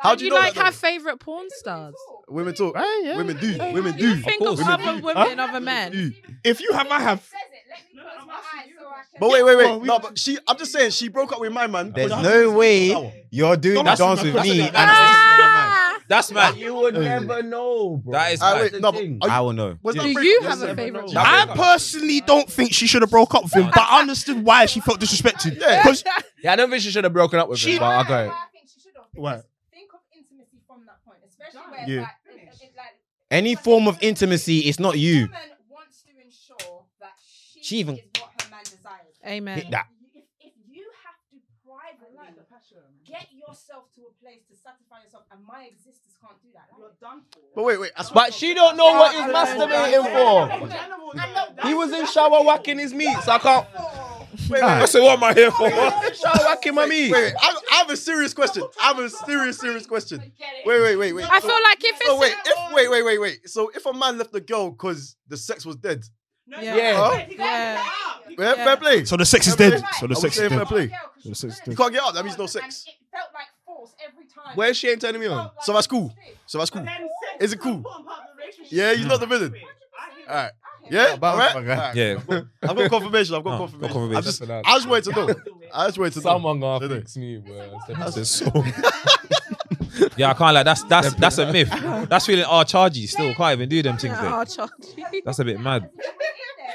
S7: How
S1: How
S7: do
S1: do
S7: you,
S1: you know
S7: like
S1: that
S7: have
S1: though?
S7: favorite porn stars?
S1: Women talk. Women do. Women
S7: You
S1: do.
S7: think
S5: Of
S7: of,
S5: course.
S7: other women, and other men.
S1: Do.
S4: If you have, I have.
S1: But wait, wait, wait. No, but she. I'm just saying, she broke up with my man.
S8: There's no way you're doing the
S4: That's-
S8: dance with
S4: that's-
S8: me
S4: that's-
S8: and it's
S5: That's
S3: But
S5: mad.
S3: you would never know, bro.
S5: That is
S1: Ah,
S5: mad.
S1: wait, no, but
S8: not
S1: are
S8: mine.
S1: you-
S8: I will know.
S1: was that
S7: Do
S1: break-
S7: you
S1: yes,
S7: have a
S1: sir.
S7: favorite one?
S5: That-
S4: I personally don't think she should have broke up with him, but I understood why she felt disrespected.
S1: Yeah.
S4: Because
S3: Yeah, I don't think she should have broken up with
S4: She-
S3: him. But I got it.
S10: Why I think she should have.
S4: Why?
S10: Because Think of intimacy from that point, especially where
S4: Yeah.
S10: like, it- it- it- like,
S8: Any form of intimacy, it's not you.
S10: Woman wants to ensure that she,
S8: She even-
S10: is what her man desires.
S7: Amen.
S8: Hit that.
S10: If, if you have to privately get yourself to a place to satisfy yourself, and my existence can't do that. Like,
S1: But wait, wait. I swear-
S3: But she don't know what he's masturbating for. He was in shower whacking his meat, so I can't.
S10: oh,
S1: Wait, wait,
S5: I said, what am I here for?
S3: Shower whacking my meat.
S1: Wait, wait, I, I have a serious question. I have a serious, serious question. Wait, wait, wait, wait.
S7: I feel like if it's
S1: so Oh, wait, if wait, wait, wait, wait. So if a man left a girl because the sex was dead,
S7: yeah.
S3: Yeah.
S7: Yeah.
S1: fair,
S7: Yeah.
S1: fair play.
S4: so the sex is dead.
S1: I
S4: So the
S1: would
S4: sex
S1: say
S4: is
S1: fair
S4: dead.
S1: play.
S4: The sex is
S1: You
S4: dead.
S1: can't get out. That means no sex.
S10: And it felt like force every time.
S3: Where she ain't turning me on.
S1: So that's cool. So that's cool. Is it cool? Yeah, he's not the villain. All right. Yeah. All right. All right.
S5: Yeah.
S1: I've got confirmation. I've got
S5: No,
S1: confirmation.
S5: confirmation.
S1: I just, I just wanted to know. I just wanted to know.
S8: gonna
S1: Did they?
S8: me, bro.
S1: That's-
S5: So- Yeah, I can't like that's that's that's a myth. That's feeling all chargy still. Can't even do them things there. That's a bit mad.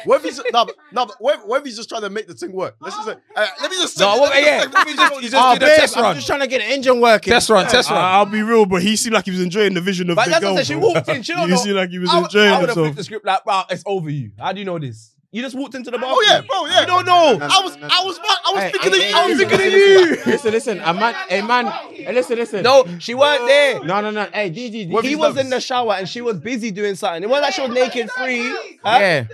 S1: What if he's no, but- no, but what, if- what if he's just trying to make the thing work? Let's just say, uh, let me just.
S5: No, what, yeah.
S1: Let me just.
S5: You
S8: Oh,
S5: just do the test
S4: I'm
S5: run.
S4: just trying to get the engine working.
S5: Test run, test
S4: I-
S5: run.
S4: I'll be real, but he seemed like he was enjoying the vision of
S3: But
S4: the
S3: that's
S4: girl.
S3: what I said. She
S4: bro.
S3: walked in. She don't know.
S4: you seem like he was
S3: I would,
S4: enjoying
S3: I would have
S4: himself.
S3: flipped the script like, wow, it's over you. How do you know this? You just walked into the bar.
S1: Oh yeah, bro. Yeah.
S3: No, no.
S1: I was, I was, I was
S8: Hey,
S1: thinking
S8: hey,
S1: of you. I was
S8: hey,
S1: thinking of
S8: hey,
S1: you.
S8: Listen, listen, a man, a man. Hey, Listen, listen.
S3: No, she weren't there.
S8: no, no, no. Hey, Gigi,
S1: What
S3: He
S1: if
S8: Gigi.
S1: he's
S3: was
S1: nervous?
S3: in the shower and she was busy doing something. It wasn't like she was naked free. Huh?
S8: Yeah.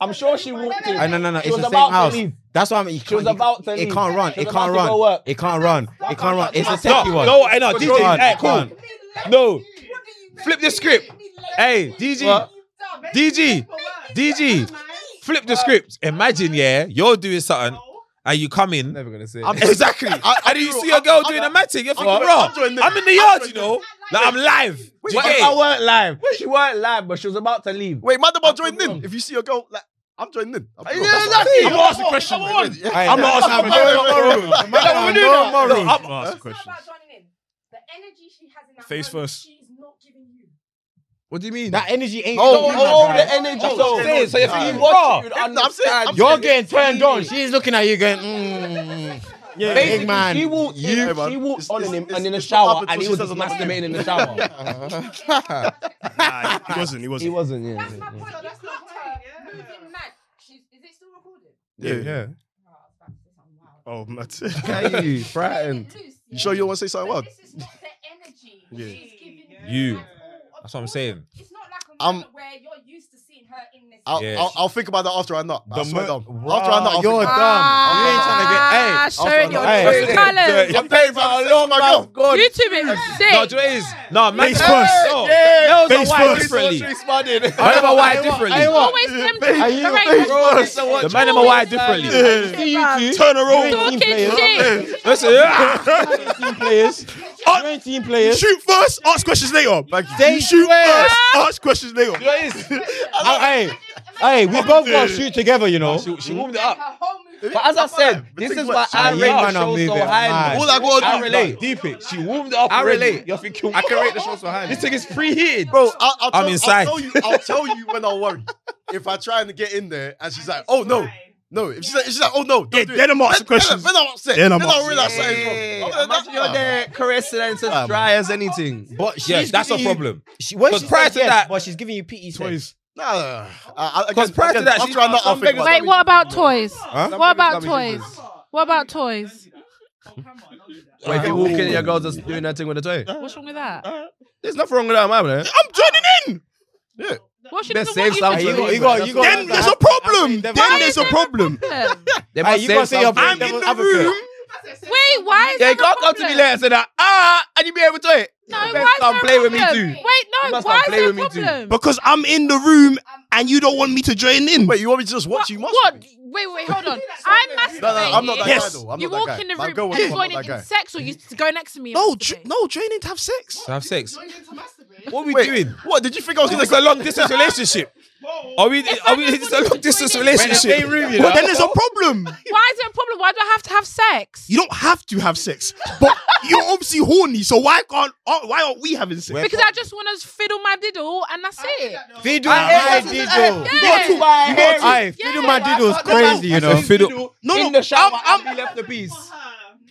S3: I'm sure she walked in.
S8: Hey, no, no, no.
S3: She
S8: It's
S3: was
S8: the
S3: about
S8: same
S3: to
S8: house.
S3: leave.
S8: That's why I'm.
S3: She was about to
S8: It
S3: leave.
S8: can't run.
S3: She
S8: It
S3: was
S8: can't
S3: about to go
S8: run.
S3: work.
S8: It can't run. It can't run. It's a
S5: No,
S8: sexy one.
S5: no, hey, no,
S8: Go
S5: DJ,
S8: on,
S5: hey,
S8: go on.
S5: cool. No, flip the script. Hey,
S8: What?
S5: DG, DG, DG, flip the script. Imagine, yeah, you're doing something and you come in.
S6: Never gonna say.
S1: I'm-
S5: Exactly. And you see a girl doing a matic. You're thinking, bro, I'm in the yard, you know. Like, I'm live. Do you
S3: But
S5: get
S3: I
S5: it?
S3: weren't live. She weren't live, but she was about to leave.
S1: Wait, man, about joining in. If you see a girl, like, I'm joining in. I'm
S3: Yeah,
S1: joining in.
S3: that's it.
S1: I'm asking question.
S4: I'm not asking
S1: Wait, wait, wait, wait.
S10: The energy she has in that
S2: Face
S10: moment,
S2: first.
S10: She's not giving you.
S5: What do you mean?
S8: That energy ain't.
S1: Oh,
S8: Come on,
S3: All
S8: guys.
S3: the energy.
S1: Oh,
S3: so,
S1: shit, no,
S3: so if
S1: nah.
S3: you watch it, you'd
S1: I'm saying-
S3: understand.
S1: I'm
S8: You're getting turned on. She's looking at you going, mm.
S4: Yeah.
S8: Big
S3: Basically,
S8: man.
S3: She walked,
S1: you-
S3: in,
S1: Hey, man,
S3: she walked
S1: it's-
S3: on
S1: it's-
S3: him
S1: it's-
S3: and in the
S1: it's not
S3: shower,
S1: happened
S3: and he
S1: till
S3: was
S1: she says it's
S3: masturbating in the shower.
S4: Nah, he wasn't. He wasn't.
S3: wasn't, yeah.
S10: That's my point. You clocked her moving mad. She's, is it still recorded?
S4: Yeah, yeah.
S10: Oh, I was about to say something wild.
S4: Oh, that's
S6: you
S10: frightened.
S1: You sure you don't want to say something
S10: But
S1: wild?
S10: this is not the energy
S1: Yeah.
S10: she's giving
S5: You.
S10: at all.
S5: That's what I'm saying.
S10: It's not like a
S1: I'm-
S10: moment where you're used to seeing her in this.
S1: I'll,
S5: Yeah.
S1: I'll, I'll think about that after I nut. I
S6: The
S1: swear
S6: mo-
S1: down. After I nut, I'll
S8: You're
S1: think about
S8: dumb. You ain't trying to get. Hey,
S7: Ah, showing your
S8: Hey.
S7: true colours.
S1: it. I'm paying for a long my girl.
S7: YouTube is
S5: No, do
S7: sick.
S5: you know what it is? No, man.
S4: Face first.
S5: No,
S4: Yeah.
S5: Girls
S4: Face
S5: are wired
S4: first.
S5: differently. I remember wired differently.
S7: Always them
S8: Face
S7: direct
S8: first.
S5: The man them are wired differently.
S8: You two.
S4: Turn her
S8: You ain't
S4: over.
S8: team
S7: talking
S8: players.
S7: shit.
S5: Listen, yeah.
S8: You ain't team players. You ain't team players.
S4: Shoot first, ask questions later.
S8: They
S4: You shoot
S8: swear.
S4: first, ask questions later.
S8: You know what it is? Oh, Hey, hey, we both got to shoot together, you know.
S5: She, she warmed it up.
S10: Her whole movie.
S3: But as I said,
S1: But
S3: this
S1: think
S3: is why
S1: what-
S8: Ah,
S3: I
S8: you
S3: rate the
S8: man are
S3: show so
S8: moving
S3: high.
S8: mad.
S3: All I
S5: I
S3: gotta
S5: relate.
S6: Deep it.
S5: She warmed it up.
S3: I
S5: already.
S3: relate. You're thinking, I
S6: can rate the shots behind.
S5: This thing is preheated.
S1: Bro, I'll, I'll,
S5: I'm
S1: tell,
S5: inside.
S1: I'll tell you. I'll tell you when I worry. If I try and get in there, and she's like, "Oh no, no," if she's like, if she's like "Oh no," don't
S4: Yeah,
S1: do
S4: then
S1: it.
S4: I'm asking questions.
S1: Then I'm upset.
S4: Then
S1: Then I'm
S4: I'm
S1: upset. Then I realize
S4: upset.
S3: Hey,
S1: something's wrong.
S3: imagine you're there caressing and it's as
S1: Um,
S3: dry as anything.
S8: But
S5: Yeah,
S8: she's
S5: that's a
S8: giving you-
S5: problem.
S8: She, when
S5: 'Cause
S8: she
S5: prior
S8: says
S5: to
S8: yes,
S5: that-
S8: but she's giving you PE sex.
S1: Nah, nah, nah.
S5: Because prior to that,
S1: I'm
S5: she-
S1: trying not
S5: some
S1: to think
S5: beggars-
S1: about
S7: Wait,
S1: that.
S7: what about toys?
S6: Huh?
S7: What about toys? What about toys?
S3: Oh, Wait, if you walk in and your girl's just doing that thing with the toy.
S7: What's wrong with that?
S3: There's nothing wrong with that, man. eh?
S4: I'm joining in.
S7: What should
S3: Best
S7: even
S3: save
S7: want you
S3: something.
S7: to
S8: You got, you got.
S4: Then there's a problem. Then
S7: Why
S4: there's
S7: is
S4: a
S7: there
S4: problem.
S7: problem?
S3: They
S8: Hey,
S3: must
S8: you
S3: say
S8: gotta say you're
S3: something.
S8: playing
S4: I'm in
S8: devil's
S4: the
S8: advocate.
S4: room.
S7: Wait, why is
S3: Yeah,
S7: there
S3: you
S7: a
S3: can't
S7: problem?
S3: come to me later and say that, ah, and you be able to it.
S7: No,
S3: You
S7: why
S3: better
S7: is there
S3: come
S7: a
S3: play with me
S7: problem?
S3: too.
S7: Wait,
S3: You
S7: no,
S3: must
S7: why
S3: come
S7: is
S3: play
S7: there a
S3: with me too.
S7: problem?
S4: Because I'm in the room and you don't want me to join in.
S1: Wait, you want me to just watch you?
S7: What?
S1: Must
S7: what? Wait, wait, hold on. I'm masturbating.
S1: No, no, I'm not that
S4: Yes.
S1: guy though. I'm
S7: you
S1: not
S7: walk
S1: that guy.
S7: in the
S1: My
S7: room
S1: girl
S7: and
S1: was-
S7: you're
S1: I'm
S7: going
S1: not that
S7: in
S1: guy.
S7: sex or you s- go next to me? and
S4: no,
S7: masturbate?
S4: jo- no, join in to have sex.
S5: To have sex.
S1: What are we doing? What did you think I was gonna go long distance relationship?
S5: Are we?
S7: If
S5: Are
S7: I
S5: we?
S7: just
S5: It's a
S7: wanted to
S5: long distance
S7: join in-
S5: relationship.
S4: But then there's a problem.
S7: Why is there a problem? Why do I have to have sex?
S4: You don't have to have sex, but you're obviously horny. So why can't? uh, Why aren't we having sex?
S7: Because I just want to fiddle my diddle and that's it.
S8: Fiddle
S3: I-
S8: my
S3: I-
S8: diddle.
S7: You got to
S8: You got to.
S7: Yeah.
S8: Fiddle my diddle is
S3: Yeah.
S8: crazy, you know.
S5: Fiddle.
S4: no,
S3: in
S4: no,
S3: the shower,
S4: I'm-
S3: and be left the piece. Huh?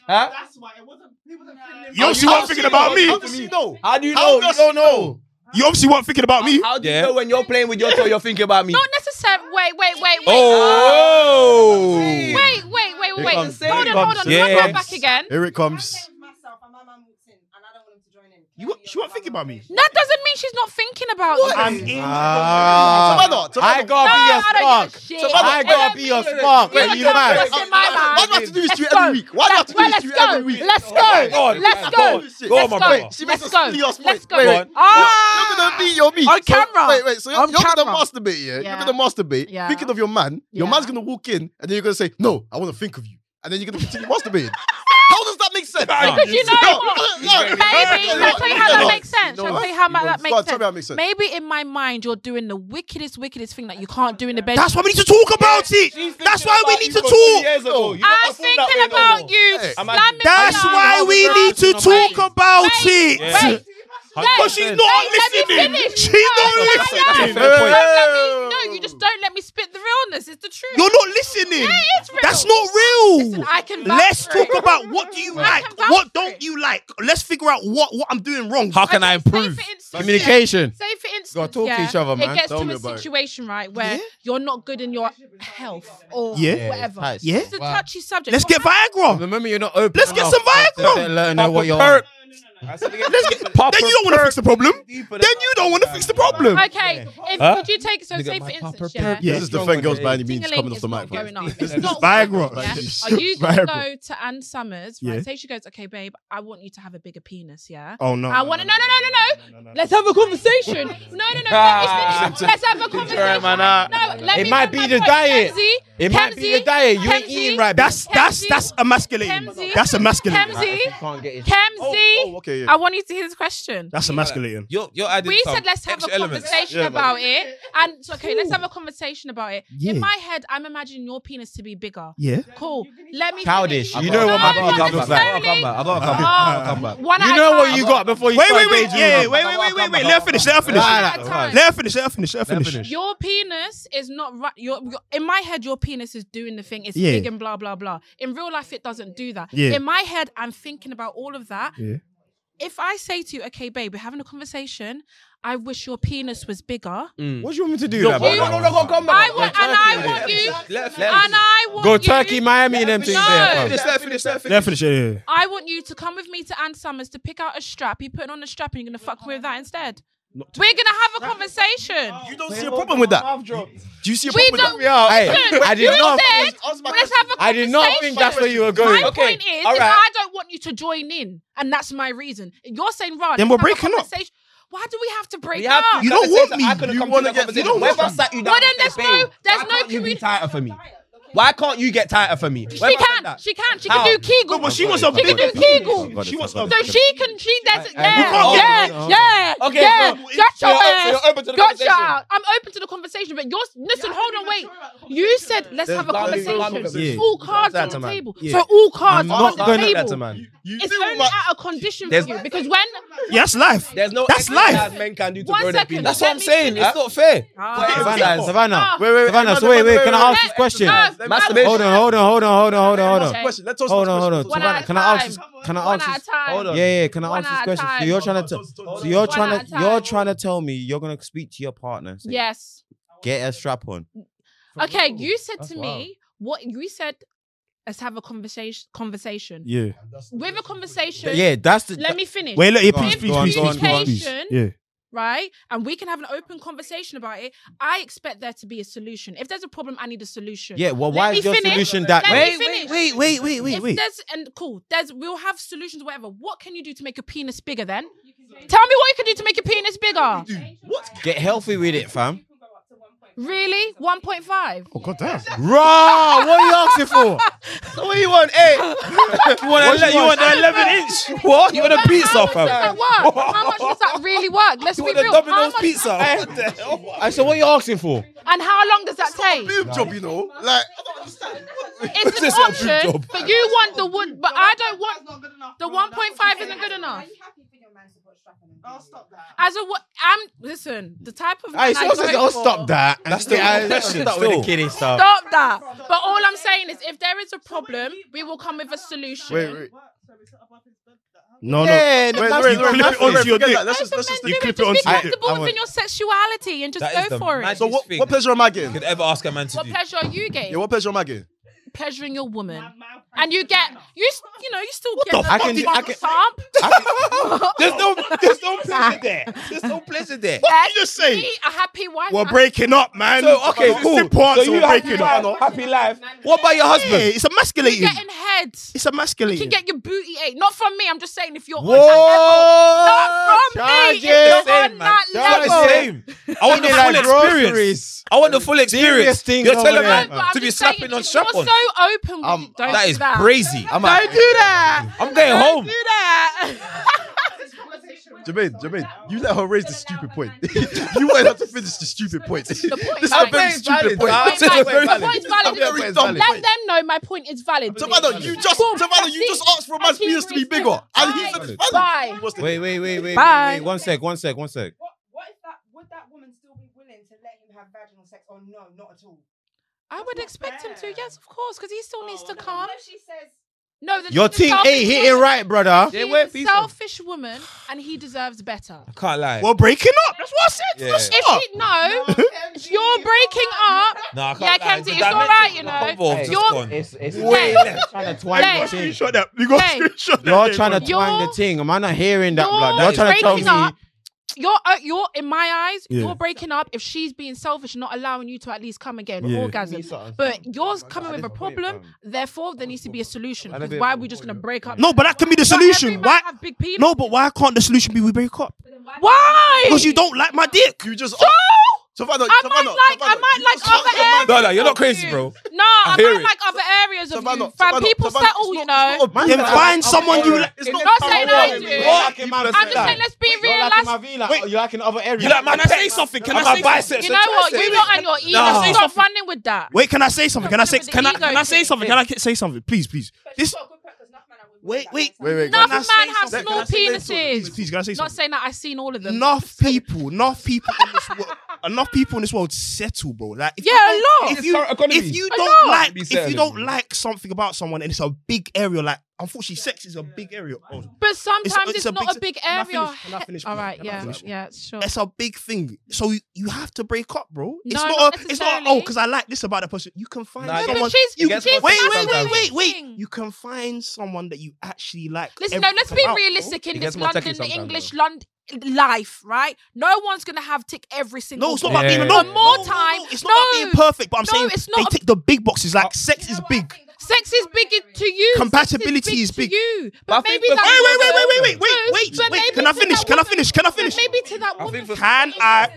S9: Huh? That's why it wasn't. It wasn't feeling
S4: You obviously weren't thinking about me.
S1: How does she know?
S3: How do you
S1: How
S3: know? You
S1: does
S3: don't know.
S4: You obviously weren't thinking about me.
S3: How do you
S5: Yeah.
S3: know when you're playing with your toy, you're thinking about me?
S7: Not necessarily. Wait, wait, wait, wait.
S5: Oh.
S7: Wait, wait, wait, wait.
S3: comes-
S7: Hold on,
S3: here
S7: hold on. Can I
S5: comes-
S7: go back again?
S1: Here it
S10: I'm
S1: comes.
S10: playing with myself and my man walks in and I don't want him to join in.
S4: You wa- she won't think about me.
S7: That doesn't mean she's not thinking about
S4: I'm
S7: you.
S4: in.
S8: Ah,
S1: Savannah, Savannah,
S8: I
S7: No,
S8: gotta be
S7: I
S8: your
S7: don't give a
S8: spark.
S7: shit.
S8: I
S7: Let
S8: gotta
S7: me-
S8: be your spark.
S7: You're
S8: Are you
S7: not
S8: mad?
S7: what's in my mind.
S1: Why do I have to do this to you
S7: Let's
S1: every
S7: go.
S1: week? Why do I have to do
S7: Well,
S1: this to you every week?
S7: let's go. Let's go. Let's go.
S5: Go on,
S7: Let's
S5: my
S7: go.
S5: brother.
S1: She makes
S7: Let's
S1: a
S7: go.
S1: serious
S7: Let's
S1: point.
S7: go.
S1: Wait, wait. You're
S7: Ah.
S1: gonna beat your meat.
S7: On
S1: So-
S7: camera.
S1: Wait, wait. So you're,
S7: On
S1: you're gonna
S7: camera.
S1: masturbate, yeah?
S7: Yeah.
S1: You're gonna masturbate.
S7: Yeah.
S1: Thinking of your man. Your
S7: Yeah.
S1: man's gonna walk in, and then you're gonna say, "No, I want to think of you," and then you're gonna continue masturbating. How does that make sense.
S7: Because you know what?
S1: No, no, no.
S7: Maybe. Can I tell you how
S1: No,
S7: that makes sense?
S1: no,
S7: Shall I tell you how
S1: no.
S7: ma- that
S1: Go
S7: makes
S1: on, tell me how
S7: sense?
S1: it makes sense.
S7: Maybe in my mind you're doing the wickedest, wickedest thing that you can't do in the bedroom.
S4: That's why we need to talk about it. That's why we need to talk.
S7: I'm thinking about you. slamming
S4: That's
S7: down.
S4: why we need to talk about
S7: Wait,
S4: it.
S7: wait,
S4: Because she's
S7: wait,
S4: not
S7: let me
S4: listening.
S7: finish.
S4: She's
S7: No, no,
S4: not
S7: no,
S4: listening.
S7: no, don't let me- No, you just don't let me spit the realness. It's the truth.
S4: You're not listening.
S7: It is real.
S4: That's not real.
S7: I can vouch
S4: Let's
S7: for
S4: talk
S7: it.
S4: about what do you
S7: I
S4: like,
S7: can vouch
S4: what
S7: for
S4: don't
S7: it.
S4: you like. Let's figure out what what I'm doing wrong.
S5: How can I
S7: Okay, say
S5: improve?
S7: for instance, yeah.
S6: Communication.
S7: Say for instance,
S6: Gotta talk to
S7: yeah,
S6: each other, man.
S7: It gets
S1: Tell me
S7: to a
S1: about it.
S7: situation, right, where you're not good in your health or
S4: Yeah.
S8: Yeah,
S7: whatever.
S8: tight.
S4: Yeah.
S7: It's a touchy subject.
S4: Let's
S7: What
S4: get
S7: happens-
S4: Viagra.
S8: Remember, you're not open.
S4: Let's get
S8: enough
S4: some
S8: to- to
S4: Viagra.
S8: Let her know what you're.
S5: perk.
S4: Then you don't want to fix the problem. Then you don't want to fix the problem.
S7: Okay, if
S5: Huh?
S7: could you take so
S8: Nigga,
S7: say for
S8: my
S7: instance,
S8: papa
S7: yeah,
S8: purpose.
S1: This
S4: Yeah.
S1: is the thing girls by any means
S7: Ding-a-ling
S1: coming off
S7: is
S1: the
S7: not
S1: microphone.
S7: going up. It's
S4: This
S7: not
S4: is Viagra.
S7: working, yeah?
S1: This
S7: Are
S1: is
S7: you gonna
S4: Viagra.
S7: go to Anne Summers? Right,
S4: Yeah.
S7: say she goes, okay, babe, I want you to have a bigger penis, yeah.
S4: Oh no.
S7: I want to no no no no no. Let's have a conversation. No no no. Let me finish. Let's have a conversation. No, let
S8: It
S7: me
S8: might
S7: make
S8: be
S7: my
S8: the
S7: point.
S8: diet.
S7: Kemsy,
S8: It might be
S7: Kemsy,
S8: the diet. You ain't
S7: Kemsy,
S8: eating right.
S4: That's that's
S7: Kemsy,
S4: that's emasculating.
S7: Kemsy,
S4: That's emasculating.
S7: Kemsy,
S8: Can't get it.
S1: Oh,
S7: Kemsy.
S1: okay.
S7: I
S1: Yeah.
S7: want you to hear this question.
S4: That's emasculating.
S5: You're, you're adding
S7: We
S5: some
S7: said let's have a
S5: extra elements.
S7: conversation
S1: Yeah, man.
S7: about it, and so, okay, let's have a conversation about it.
S4: Yeah.
S7: In my head, I'm imagining your penis to be bigger.
S4: Yeah.
S7: Cool. Let me
S8: Childish.
S7: finish.
S8: You know what my
S7: No,
S8: penis
S7: not
S8: looks like.
S7: necessarily.
S5: I got a
S7: Oh, One at
S8: You
S7: a
S8: know what
S7: time.
S8: you got before you
S4: Wait,
S8: start
S4: wait, wait.
S8: dating
S4: Yeah,
S8: her.
S4: wait, wait, wait, wait, wait. Let her finish. Let her finish.
S7: One at a time.
S4: Let her finish. Let her finish. Let her finish.
S7: Your penis is not right. Your, your in my head, your penis is doing the thing. It's
S4: Yeah.
S7: big and blah blah blah. In real life, it doesn't do that.
S4: Yeah.
S7: In my head, I'm thinking about all of that.
S4: Yeah.
S7: If I say to you, okay, babe, we're having a conversation. I wish your penis was bigger.
S6: What do you want me to do?
S8: Yo,
S6: like,
S8: bro,
S6: about
S8: no, no,
S6: that?
S8: no, go, go,
S7: I
S8: go
S7: want, and
S8: Turkey
S7: I
S8: with
S7: want
S8: it.
S7: you,
S5: Let- let-
S7: and I want
S8: Go
S7: you.
S8: Turkey, Miami, and them things
S7: No.
S8: there. fam.
S5: Just let her finish, let her finish.
S4: Let her finish. Yeah. yeah.
S7: I want you to come with me to Ann Summers to pick out a strap. You putting on a strap and you're gonna fuck with that instead. We're gonna have a conversation.
S1: You don't see a problem with that. Do you see a
S7: We
S1: problem with
S7: don't.
S1: that?
S8: Yeah, hey,
S7: Listen,
S8: I
S7: you
S8: did not.
S7: said,
S1: Ask my
S7: let's have a conversation.
S8: I did not think that's where you were going.
S7: My
S8: Okay,
S7: point is,
S8: all
S7: is
S8: right.
S7: I don't want you to join in, and that's my reason. You're saying, right?
S4: Then
S7: let's
S4: we're
S7: have a
S4: breaking up.
S7: conversation." Why do we have to break
S8: We have
S7: up?
S8: to
S4: You don't want me.
S8: I couldn't
S4: You
S8: come to
S4: wanna
S8: the
S4: get-
S8: conversation.
S4: you don't
S8: Whether
S4: want
S8: I sat you down
S7: Well, then
S8: and said,
S7: there's no-
S8: "Babe,
S7: there's
S8: why
S7: no
S8: can't you be
S7: commu-
S8: tighter for me. Why can't you get tighter for me?
S7: she can, she can, she
S8: How?
S7: can do Kegel.
S4: But she wants a
S7: She can
S4: bigger
S7: do Kegel.
S4: She wants a
S7: So she can, she does it. Yeah, yeah,
S4: can't-
S7: yeah.
S8: Okay, so-
S7: yeah. Got
S8: so
S7: your
S8: you're open- so
S7: ass.
S8: you're open to the
S7: Got your
S8: conversation.
S7: out. I'm open to the conversation, but you're listen.
S9: I
S7: hold
S9: think
S7: on,
S9: we're
S7: wait.
S9: sure about the
S7: You
S9: conversation.
S7: said let's
S8: There's
S7: have a
S8: gotta be some
S7: conversation.
S8: conversation.
S7: All cards
S8: That's
S7: on the
S8: a man.
S7: table.
S4: Yeah.
S7: So all cards
S8: I'm
S7: are on
S8: not
S7: the
S8: going
S7: table.
S8: at a man.
S1: You
S7: It's
S1: see what
S7: only
S1: my-
S7: at a condition for
S8: There's-
S7: you because when
S4: Yeah, that's life.
S8: There's no
S4: That's life.
S8: exercise men can do to
S7: One
S8: grow their
S7: second.
S8: penis.
S5: That's what I'm
S7: Let me-
S5: saying. It's not fair.
S8: Savannah, Savannah.
S1: Wait, wait, wait.
S6: Savannah, so wait, wait. Can I ask this question?
S7: No,
S8: Masturbation.
S6: Hold on, hold on, hold on, hold on, hold on, hold on.
S7: Okay.
S1: Question. Let's toast
S6: Hold
S1: this
S6: on, hold on.
S1: question.
S7: One
S6: Savannah,
S7: at a
S6: can I ask
S7: time.
S6: this? Can I
S7: one
S6: ask
S7: at a
S6: this?
S7: time.
S8: Hold on.
S6: Yeah, yeah. Can I
S7: One
S6: ask
S7: at
S6: this
S7: a
S6: question? So
S7: time.
S6: you're trying to,
S1: Hold
S6: tell
S1: on, hold on,
S6: so you're
S7: One
S6: trying
S7: at a
S6: to, you're
S7: time.
S6: trying to tell me you're gonna speak to your partner. and say,
S7: Yes.
S6: Get a strap on.
S7: Okay, you said
S6: That's
S7: to me what you said. Let's have a conversation. Conversation
S6: Yeah.
S7: with a conversation.
S8: Yeah, that's the.
S7: Let me finish.
S4: Wait, look, yeah,
S6: Go on,
S4: please, please,
S6: go on,
S4: please,
S6: go on,
S4: please,
S6: go on.
S4: please, please. Yeah.
S7: right? And we can have an open conversation about it. I expect there to be a solution. If there's a problem, I need a solution.
S6: Yeah. Well,
S7: Let
S6: why
S7: me
S6: is your
S7: finish.
S6: solution that?
S7: Let
S6: Wait.
S7: me finish.
S4: Wait, wait, wait, wait,
S7: if
S4: wait.
S7: there's and cool, there's we'll have solutions, whatever. What can you do to make your penis bigger then? Tell me what you can do to make your penis bigger.
S8: Get healthy with it, fam.
S7: Really? 1.5?
S4: Oh god damn.
S6: Raw. What are you asking for?
S8: What do you want, eh?
S6: You want
S8: you want?
S6: an 11 inch? What? You want a pizza,
S7: How
S6: fam?
S7: much does that work? How much does that really work? Let's be
S6: You want a
S7: real. How
S6: Domino's
S7: much,
S6: pizza?
S8: I said, what are you asking for?
S7: and how long does that take?
S1: Boob job, you know. Like, I don't understand.
S7: It's an
S6: It's not a big
S7: option,
S6: job.
S7: but you want the wood, but I don't want
S9: That's not good enough,
S7: the
S9: bro. That's
S7: 1.5
S9: what you
S7: isn't
S9: said.
S7: good enough.
S9: Oh, stop that.
S7: As a wo- I'm listen the type of
S4: Hey,
S7: man I
S4: so says,
S7: go
S4: oh
S7: for-
S4: stop that. And
S6: That's the
S4: I-
S6: question. Still.
S8: kiddie stuff.
S7: stop that. But all I'm saying is, if there is a problem, we will come with a solution.
S1: Wait, wait.
S4: No, no.
S8: Yeah,
S1: Wait,
S8: that's-
S1: wait,
S4: you clip
S1: wait,
S4: it
S1: wait,
S4: onto your
S1: forget
S4: dick.
S1: that. Let's
S7: Let
S1: just,
S7: the
S1: let's just.
S7: men
S4: you
S7: do it.
S4: clip it onto
S7: Just be
S4: your dick.
S7: comfortable
S6: I
S7: within
S6: want-
S7: your sexuality and just
S5: That
S7: go
S5: is the
S7: for it.
S5: magic-
S1: So, what,
S5: This thing.
S1: what pleasure am I
S5: Could
S1: getting?
S5: ever ask a man to
S7: What
S5: do?
S7: pleasure are you getting?
S1: Yeah, what pleasure am I getting?
S7: Pleasuring your woman, and you get you s- you know you still get
S4: the
S7: a
S4: fuck
S7: little
S8: did- I can-
S7: bump.
S8: There's no, there's no pleasure there. There's no pleasure there.
S4: What did you say?
S7: Be a happy wife.
S4: We're breaking up, man.
S8: So okay,
S4: It's
S8: cool.
S4: important,
S8: So
S4: so
S8: you
S4: we're
S8: happy
S4: breaking up.
S8: life, happy life. What about your
S4: Yeah,
S8: husband?
S4: it's
S7: You
S4: emasculating.
S7: getting head.
S4: It's
S7: You can
S4: emasculating. Uh,
S7: get your booty ate. Not from me. I'm just saying if you're on that level. Not from me. If you're
S5: same,
S7: on
S5: man.
S7: that
S5: That's
S7: level.
S5: the same. I want the
S6: Eating
S5: full
S6: like
S5: experience.
S6: groceries.
S5: I want the full
S6: Serious
S5: experience.
S6: thing
S5: You're
S6: over
S5: telling
S6: there.
S5: me
S7: But I'm
S5: to be
S7: just saying,
S5: slapping on
S7: you're
S5: strap on.
S7: so open with
S4: Um,
S1: I'm-
S7: it. Don't
S5: That
S7: do
S5: is
S7: that.
S5: crazy.
S1: I'm
S7: Don't do that.
S5: I'm going
S7: Don't
S5: home.
S7: do that.
S1: Jermaine, Jermaine, you let her raise the stupid point. you wanted her to finish the stupid point. This is
S7: The point
S1: a
S7: is valid.
S1: very
S7: The
S1: stupid
S7: point
S1: point.
S7: is
S5: That's a
S7: valid.
S5: very
S7: The point is
S1: That's
S7: valid.
S1: a very dumb
S7: Let
S1: point.
S7: them know my point is valid.
S1: Tavada, you just
S7: Boom,
S1: Tavada,
S7: that's
S1: you just
S7: it.
S1: asked for man's
S7: That's
S1: penis to be
S7: it.
S1: bigger, and he
S7: Bye.
S1: said it's
S7: Bye.
S1: valid. He wants to-
S8: Wait, wait, wait, wait,
S7: Bye.
S8: wait, wait. One sec, one sec, one sec.
S10: What, what if that? Would that woman still be willing to let him have vaginal sex, or no, not at all?
S7: I would
S10: not
S7: expect him to.
S10: fair.
S7: Yes, of course, because he still needs to
S10: No,
S7: come.
S10: What if she says
S7: No, the,
S8: Your
S7: the
S8: team
S7: selfish
S8: ain't hitting
S7: woman-
S8: right, brother.
S7: She's
S8: went
S7: a
S8: for
S7: selfish woman, and he deserves better.
S5: I can't lie.
S4: We're breaking up. That's what I said.
S5: Yeah.
S4: Let's
S7: If
S4: stop.
S7: she no,
S10: MG,
S7: you're breaking up.
S5: No, I can't
S7: Yeah,
S5: lie.
S7: Kempsey,
S5: The
S7: it's all
S5: dimension
S7: right,
S5: of
S7: you
S5: the
S7: know.
S5: convo have
S8: Hey,
S5: just
S7: you're-
S5: gone.
S8: It's, it's
S7: Way
S8: You're trying to twang
S7: Hey.
S8: the thing.
S4: Screenshot that. You got
S7: Hey.
S4: screenshot that.
S8: You're trying to
S7: You're-
S8: twang the thing. Am I not hearing that,
S7: You're
S8: blood? You're trying to tell
S7: breaking
S8: me.
S7: up. You're uh, you're in my eyes.
S4: Yeah.
S7: You're breaking up if she's being selfish and not allowing you to at least come again
S4: Yeah.
S7: orgasm. But yours
S4: Oh
S7: coming with a problem.
S4: um,
S7: Therefore, there needs to be a solution.
S8: I don't
S7: Because
S8: think-
S7: why are we just gonna break up?
S4: No, but that can be the
S7: Not
S4: solution.
S7: every man
S4: Why?
S7: Have big penis.
S4: No, but why can't the solution be we break up?
S7: Why?
S4: Because you don't like my dick.
S1: You just
S7: So?
S1: Savannah,
S7: I might
S1: Savannah,
S7: like, I
S1: Savannah,
S7: might
S1: you
S7: like
S1: just asked
S7: other
S1: the man-
S7: areas.
S5: No, no, you're not
S7: of
S5: crazy,
S7: you.
S5: bro.
S7: No, I,
S5: hear
S7: might
S5: it.
S7: like other areas of
S1: Savannah,
S7: you. Fam,
S1: Savannah,
S7: people
S1: Savannah,
S7: settle,
S1: it's
S7: you
S1: not- it's
S7: know.
S1: not a
S4: Then
S1: big-
S4: find someone you like.
S1: It's not
S7: Not saying
S1: power.
S7: I do. I'm just saying, let's be
S8: You're
S7: real.
S8: like in
S7: Let's
S8: my villa. or You're like in other areas.
S5: You like man? I say something. Can I say bicep?
S7: You know what? You lot and your ego.
S5: Nah.
S7: Stop running with that.
S4: Wait, can I say something? Can I say?
S7: With the
S4: Can I?
S7: ego
S4: Can I say
S7: thing.
S4: something? Can I say something? Please, please. This. Wait, wait,
S1: Wait, wait,
S7: Enough
S4: Can I
S7: man
S4: say
S7: have
S4: something?
S7: small
S4: Can I say something? Please,
S7: penises.
S4: please, can I say
S7: Not
S4: something?
S7: saying that I've seen all of them.
S4: Enough people, enough people in this world, enough people in this world settle, bro. Like, if
S7: Yeah, a lot.
S4: If you, if you
S7: lot.
S4: don't like,
S6: Be
S4: if you
S6: settling,
S4: don't
S6: bro.
S4: like something about someone, and it's a big area, like unfortunately, sex is a big area. Oh,
S7: But sometimes
S4: it's
S7: it's
S4: a
S7: not
S4: big-
S7: a big
S4: Can I
S7: area.
S4: finish? Can I finish,
S7: All
S4: please?
S7: right,
S4: Can I
S7: yeah,
S4: finish?
S7: yeah, sure.
S4: It's a big thing. So you- you have to break up, bro. It's
S7: No,
S4: not.
S7: not
S4: a, it's not.
S7: necessarily.
S4: Oh, because I like this about that person. You can find
S6: Nah, I
S7: No,
S4: someone.
S7: but she's,
S4: you
S7: she's
S4: can, wait, wait,
S7: that's
S4: wait, wait,
S7: the
S4: wait.
S7: thing.
S4: You can find someone that you actually like.
S7: Listen, no,
S4: every
S7: let's
S4: time
S7: be
S4: out, bro.
S7: realistic in
S5: It
S7: this
S5: gets more techie
S7: London,
S5: sometimes,
S7: English, London life, right? No one's gonna have tick every single.
S4: No, it's not
S7: box.
S4: about being.
S5: Yeah.
S4: No,
S7: But more
S4: no, no,
S7: time-
S4: No, it's not about
S7: no.
S4: being perfect. But I'm
S7: No,
S4: saying
S7: it's
S4: they
S7: not a-
S4: take the big boxes. Like sex is big.
S7: Sex is big to you.
S4: Compatibility
S7: sex
S4: is big.
S7: to you. But,
S5: I think
S7: maybe
S5: for-
S7: that
S4: Wait, wait, wait,
S7: woman-
S4: wait, wait, wait,
S7: No,
S4: wait,
S7: but
S4: wait, wait.
S7: maybe
S4: Can I
S7: to
S4: finish?
S7: that
S4: Can I
S7: woman-
S4: finish? Can I
S7: but
S4: finish?
S7: Maybe to that woman.
S4: Can I?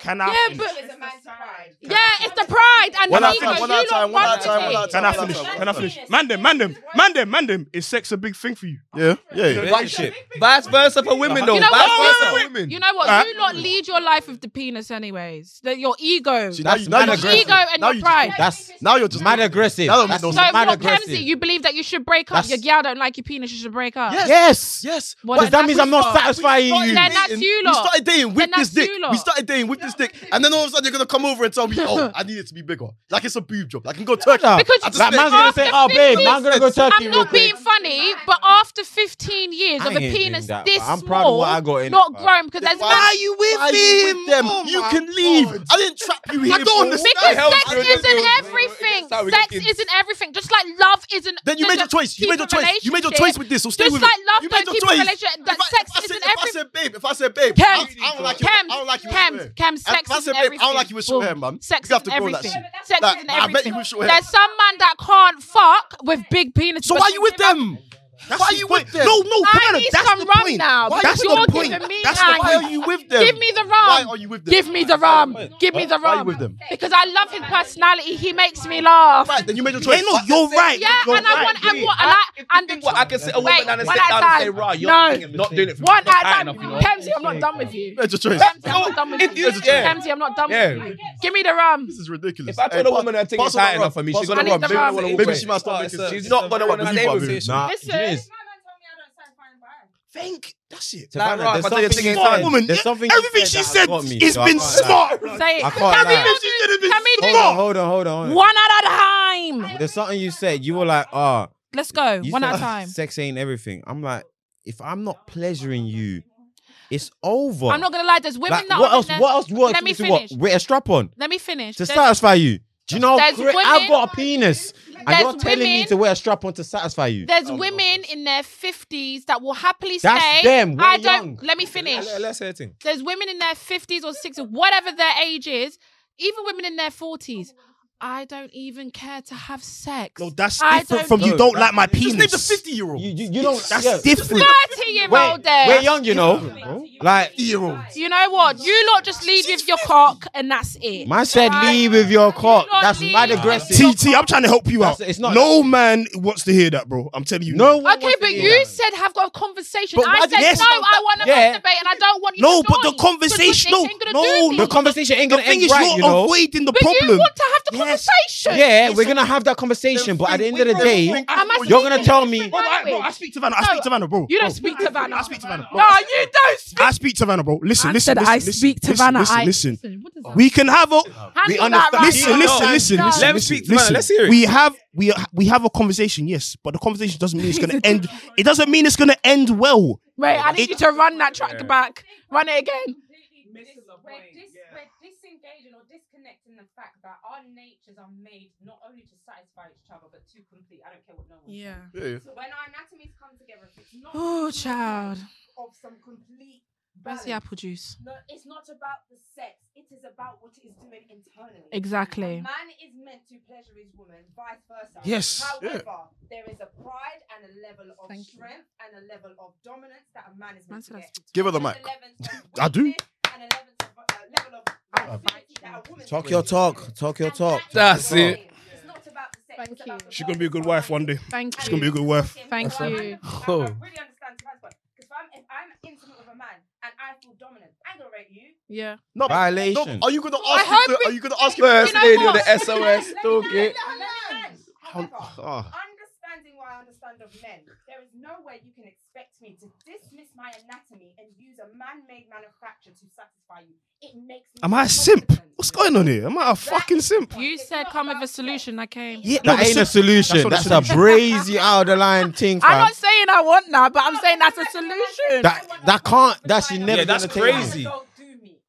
S4: Can I?
S7: Yeah,
S4: finish?
S7: but
S10: It's a man's pride.
S7: yeah, it's the pride and
S1: One
S7: the
S1: at a
S7: ego.
S1: time, one
S7: You
S1: at a time,
S7: lot
S1: one at a
S7: want
S1: time, one
S7: it.
S1: at a
S4: Can I
S1: time.
S4: finish? Can I finish? Mandem, mandem, mandem, mandem. Is sex a big thing for you?
S1: Yeah, yeah.
S5: Relationship.
S3: Vice versa for women, though.
S7: You know
S3: Vice
S7: what?
S3: versa.
S7: You know- You know what?
S4: Huh?
S7: You lot lead your life with the penis, anyways. That your ego,
S1: See,
S7: your
S1: now you- now
S8: mad
S1: you're just-
S7: ego, and
S1: now
S7: your
S1: you just-
S7: pride.
S8: That's
S1: Now you're just
S8: mad aggressive.
S1: That don't
S8: That's
S1: make
S7: So,
S1: no
S8: mad
S7: what,
S8: aggressive.
S7: Kemsy, you believe that you should break up?
S8: That's-
S7: Your gal don't like your penis, you should break up.
S8: Yes.
S1: Yes.
S7: Well,
S8: Because
S7: then
S8: that means
S7: that's
S8: I'm not
S7: what-
S8: satisfying you.
S7: Then that's you
S1: We
S7: lot.
S1: started dating with
S7: Then
S1: this
S7: that's
S1: dick.
S7: you lot.
S1: We started dating with this dick, and then all of a sudden you're gonna come over and tell me, "Oh, I need it to be bigger." Like it's a boob job. Like I can go Turkey.
S8: Nah.
S7: Because
S1: I just
S8: Like
S1: said-
S8: man's gonna
S7: after
S8: say, "Oh, babe,
S7: 15
S8: now I'm gonna go Turkey
S7: I'm
S8: real
S7: not
S8: quick."
S7: being funny, but after 15 years
S8: I
S7: of
S8: ain't
S7: a
S8: doing
S7: penis
S8: that,
S7: this
S8: but I'm
S7: small,
S8: proud of what I got in
S7: not
S8: it,
S7: grown, because there's
S1: Why
S7: men-
S1: are you with him? you can leave. I didn't trap you here.
S4: don't
S1: bro.
S4: understand.
S7: because
S5: hell
S7: sex
S5: do you do?
S7: isn't everything.
S5: That's how we
S7: Sex
S5: looking.
S7: isn't everything. Just like love isn't.
S1: Then you made your
S7: doesn't
S1: choice. You
S7: keep
S1: made your
S7: a
S1: choice. You made your
S7: relationship.
S1: choice with this, so stay
S7: Just
S1: with
S7: like
S1: it.
S7: love
S1: You
S7: don't
S1: made your
S7: keep a
S1: choice.
S7: relationship- that
S1: If I-
S7: sex
S1: if I said-
S7: isn't
S1: If I
S7: every-
S1: said babe, if I said babe, I
S7: Kems,
S1: I don't like you. I don't like
S7: Kems,
S1: you.
S7: Kems, Kems, sex
S1: I
S7: isn't
S1: said, babe, I
S7: everything.
S1: don't like you with short
S7: Boom.
S1: hair, man.
S7: Sex
S1: You have to
S7: isn't
S1: grow that
S7: everything.
S1: shit.
S7: Sex
S1: Like,
S7: isn't
S1: I bet you
S7: everything.
S1: with short hair.
S7: There's some man that can't fuck with big penis.
S1: So
S7: but
S1: why
S7: they
S1: you with
S7: give up-
S1: them? Why are you with them?
S4: No, no,
S7: I
S4: Savannah,
S7: need
S4: that's
S7: some
S4: the
S7: rum
S4: point.
S7: now.
S1: Why
S4: That's
S1: you
S4: the
S7: you're
S4: point.
S7: giving me
S4: That's
S7: nine.
S4: the
S1: Why are you with them?
S7: Give me
S1: Why
S7: the rum.
S1: are you with them?
S7: Give me the rum. Give me the
S1: Why are you
S7: rum.
S1: with them?
S7: Because I love his personality. He makes me laugh.
S1: Right, then you made your choice.
S4: Hey, no, you're right.
S7: Yeah,
S4: you're
S7: and I
S4: right.
S7: want and what and I and the
S5: What I can sit a woman
S7: Wait,
S5: down and
S7: one
S5: sit
S7: at
S5: down and say,
S7: time.
S5: "Rah, you're
S7: No.
S5: not doing it for me.
S7: One at
S5: Not
S7: a
S5: high
S7: time.
S5: enough, you know."
S7: Pemsy, I'm not done with you.
S1: You made your choice.
S7: Pemsy, I'm not done with
S5: If
S7: you.
S5: you- yeah.
S7: Pemsy, I'm not done
S5: Yeah.
S7: with you. Give me the rum.
S1: This is ridiculous.
S5: If I told
S1: Hey,
S5: a woman
S1: pass-
S5: her thing
S1: pass
S5: is
S1: on the
S5: high
S1: rum.
S5: enough for me,
S1: Pass
S5: she's
S1: on
S5: gonna
S1: the
S5: run.
S1: rum.
S7: rum.
S5: Maybe gonna
S7: Maybe
S5: walk
S1: Maybe
S5: away.
S1: she might start
S5: It's
S1: making
S5: a-
S1: sense.
S5: She's not gonna want to
S1: Nah.
S5: have a conversation.
S8: Nah.
S7: Listen.
S4: Think that's it.
S5: Like,
S8: Savannah,
S5: right,
S8: there's
S5: if I tell you
S8: something
S5: to get
S8: you said-
S5: inside-
S4: Woman,
S8: There's something you
S4: everything
S8: said
S4: she
S8: that
S4: said
S8: got me,
S4: has
S8: so I
S4: been
S8: can't-
S4: smart.
S7: Say it.
S8: I can't
S7: Can we
S8: lie.
S7: all do- can we
S8: Hold
S7: do
S8: on, hold on, hold on, hold on.
S7: one at a time?
S8: There's something you said. You were like, ah,
S7: Let's go.
S8: you
S7: One at a
S8: said
S7: time.
S8: Sex ain't everything. I'm like, if I'm not pleasuring you, it's over.
S7: I'm not gonna lie. There's women
S8: Like,
S7: that
S8: what
S7: are in
S8: else?
S7: there-
S8: What else? do you want
S7: Let me
S8: to what?
S7: finish.
S8: Wear a strap on
S7: Let me finish.
S8: to
S7: There's-
S8: satisfy you. Do you know how
S7: There's
S8: great
S7: women-
S8: I've got a penis, and you're
S7: There's
S8: telling me
S7: women-
S8: to wear a strap on to satisfy you?
S7: There's women in their 50s that will happily
S8: Oh, That's
S7: say,
S8: them. We're
S7: I don't.
S8: young.
S7: Let me finish.
S5: Let's say a thing.
S7: There's women in their 50s or 60s, whatever their age is, even women in their 40s. I don't even care to have sex.
S4: No, that's
S7: I
S4: different
S7: don't-
S4: from you
S7: No,
S4: don't
S7: that-
S4: like my
S7: Just
S4: penis.
S7: name the
S1: year old.
S8: You, you, you don't.
S4: That's
S8: yeah.
S4: different.
S7: 30 year old there.
S8: We're young, you know. Like
S1: year old.
S7: You know what? You lot just lead with your cock and that's it.
S8: man said,
S7: Right?
S8: leave with your cock.
S7: not
S8: That's
S7: leave.
S8: mad aggressive.
S4: TT, I'm trying to help you out.
S8: That's- it's not-
S4: no man wants to hear that, bro. I'm telling you.
S8: No one
S7: Okay,
S8: wants to
S7: but
S8: hear
S7: you
S8: that.
S7: said have got a conversation.
S8: But why
S7: I
S8: did
S7: said
S4: you
S7: no,
S4: say
S7: I want to
S8: Yeah.
S7: masturbate and I don't want you
S4: No,
S7: to
S4: but the
S7: join. Because what they
S4: conversation. No,
S7: ain't gonna do
S4: no.
S7: me.
S8: The conversation ain't
S4: The
S8: gonna
S4: thing
S8: end
S4: is,
S8: right,
S4: you're
S8: you know.
S4: avoiding the
S7: But you
S4: problem.
S7: want to have the
S4: Yes.
S7: conversation.
S8: Yeah, we're gonna have that conversation, but at the end of the day,
S7: Am I
S8: you're gonna
S7: speaking
S8: tell
S7: a
S8: me-
S7: different
S4: Bro, I, bro, I
S7: language?
S4: speak to Vanna. I speak to Vanna, bro.
S7: You
S4: Bro,
S7: don't speak to Vanna.
S4: I speak to Vanna. Bro,
S7: No, you don't speak.
S4: I speak to Vanna, bro. Listen,
S7: I
S4: listen,
S7: said
S4: listen.
S7: I
S4: listen,
S7: speak to
S4: listen,
S7: Vanna.
S4: Listen,
S7: I-
S4: listen.
S7: What does that
S4: We can have a.
S7: Handle that
S8: understand-
S7: right
S4: Listen,
S7: now.
S4: listen, listen,
S7: No.
S4: listen.
S5: Let me
S4: listen,
S5: speak to Vanna.
S4: listen.
S5: Let's hear it.
S4: We have we ha- we have a conversation, yes, but the conversation doesn't mean it's gonna end. Oh. It doesn't mean it's gonna end well.
S7: Wait, I need you to run that track back. Run it again.
S10: completely dis- we're, dis- we're disengaging or disconnecting the fact that our natures are made not only to satisfy each other but to complete. I don't care what no one.
S7: Yeah.
S1: Yeah.
S10: So when our anatomies come together, if it's not
S7: Oh, child.
S10: of some complete
S7: Where's
S10: balance,
S7: the apple juice?
S10: no, it's not about the sex. It is about what it is doing internally. A
S7: Exactly.
S10: man is meant to pleasure his woman, vice versa.
S8: Yes.
S10: However, there is a pride and a level of
S7: Thank you.
S10: strength and a level of dominance that a man is
S7: Man
S10: meant
S7: said
S10: to
S7: I
S10: get.
S1: Give her the
S10: And a
S1: mic.
S10: level of
S4: I do.
S10: weakness and a level of- a level of vitality that a woman
S8: Talk
S10: is
S8: your
S10: meant to
S8: talk.
S10: get.
S8: Talk your
S10: And
S8: talk.
S10: that
S5: That's
S10: is the
S5: it.
S10: thing. It's not about the sex,
S7: Thank
S10: it's about
S7: you.
S10: the
S4: She's gonna be a good wife one day.
S7: Thank you.
S4: She's gonna be a good wife.
S7: Thank
S10: So I
S7: you.
S10: understand-
S4: Oh.
S10: I, I really understand the man's point. Because if I'm, if I'm intimate with a man and I feel dominant, I ain't gonna rate you.
S7: Yeah.
S1: No, but-
S8: Violation.
S4: oh,
S1: no, but are you gonna
S7: I
S1: ask? him
S7: hope
S1: to-
S7: we-
S1: are you gonna ask? him-
S7: First You know lady of what? the
S10: SOS,
S9: okay.
S10: However,
S1: Ah,
S10: understanding what I understand of men, there is no way you can expect me to dismiss my anatomy and use a man-made manufacture to satisfy you. It makes me
S4: Am I a simp? What's going on here? Am I a fucking simp?
S7: You said come with a solution. I came.
S4: Yeah,
S8: That ain't a solution.
S4: That's
S8: That's,
S4: not a
S8: a brazy out of the line thing,
S7: I'm
S8: fam.
S7: not saying I want that, but I'm saying that's a solution.
S8: That that can't. That she never.
S5: Yeah, that's
S8: gonna take
S5: crazy.
S10: Don't do me.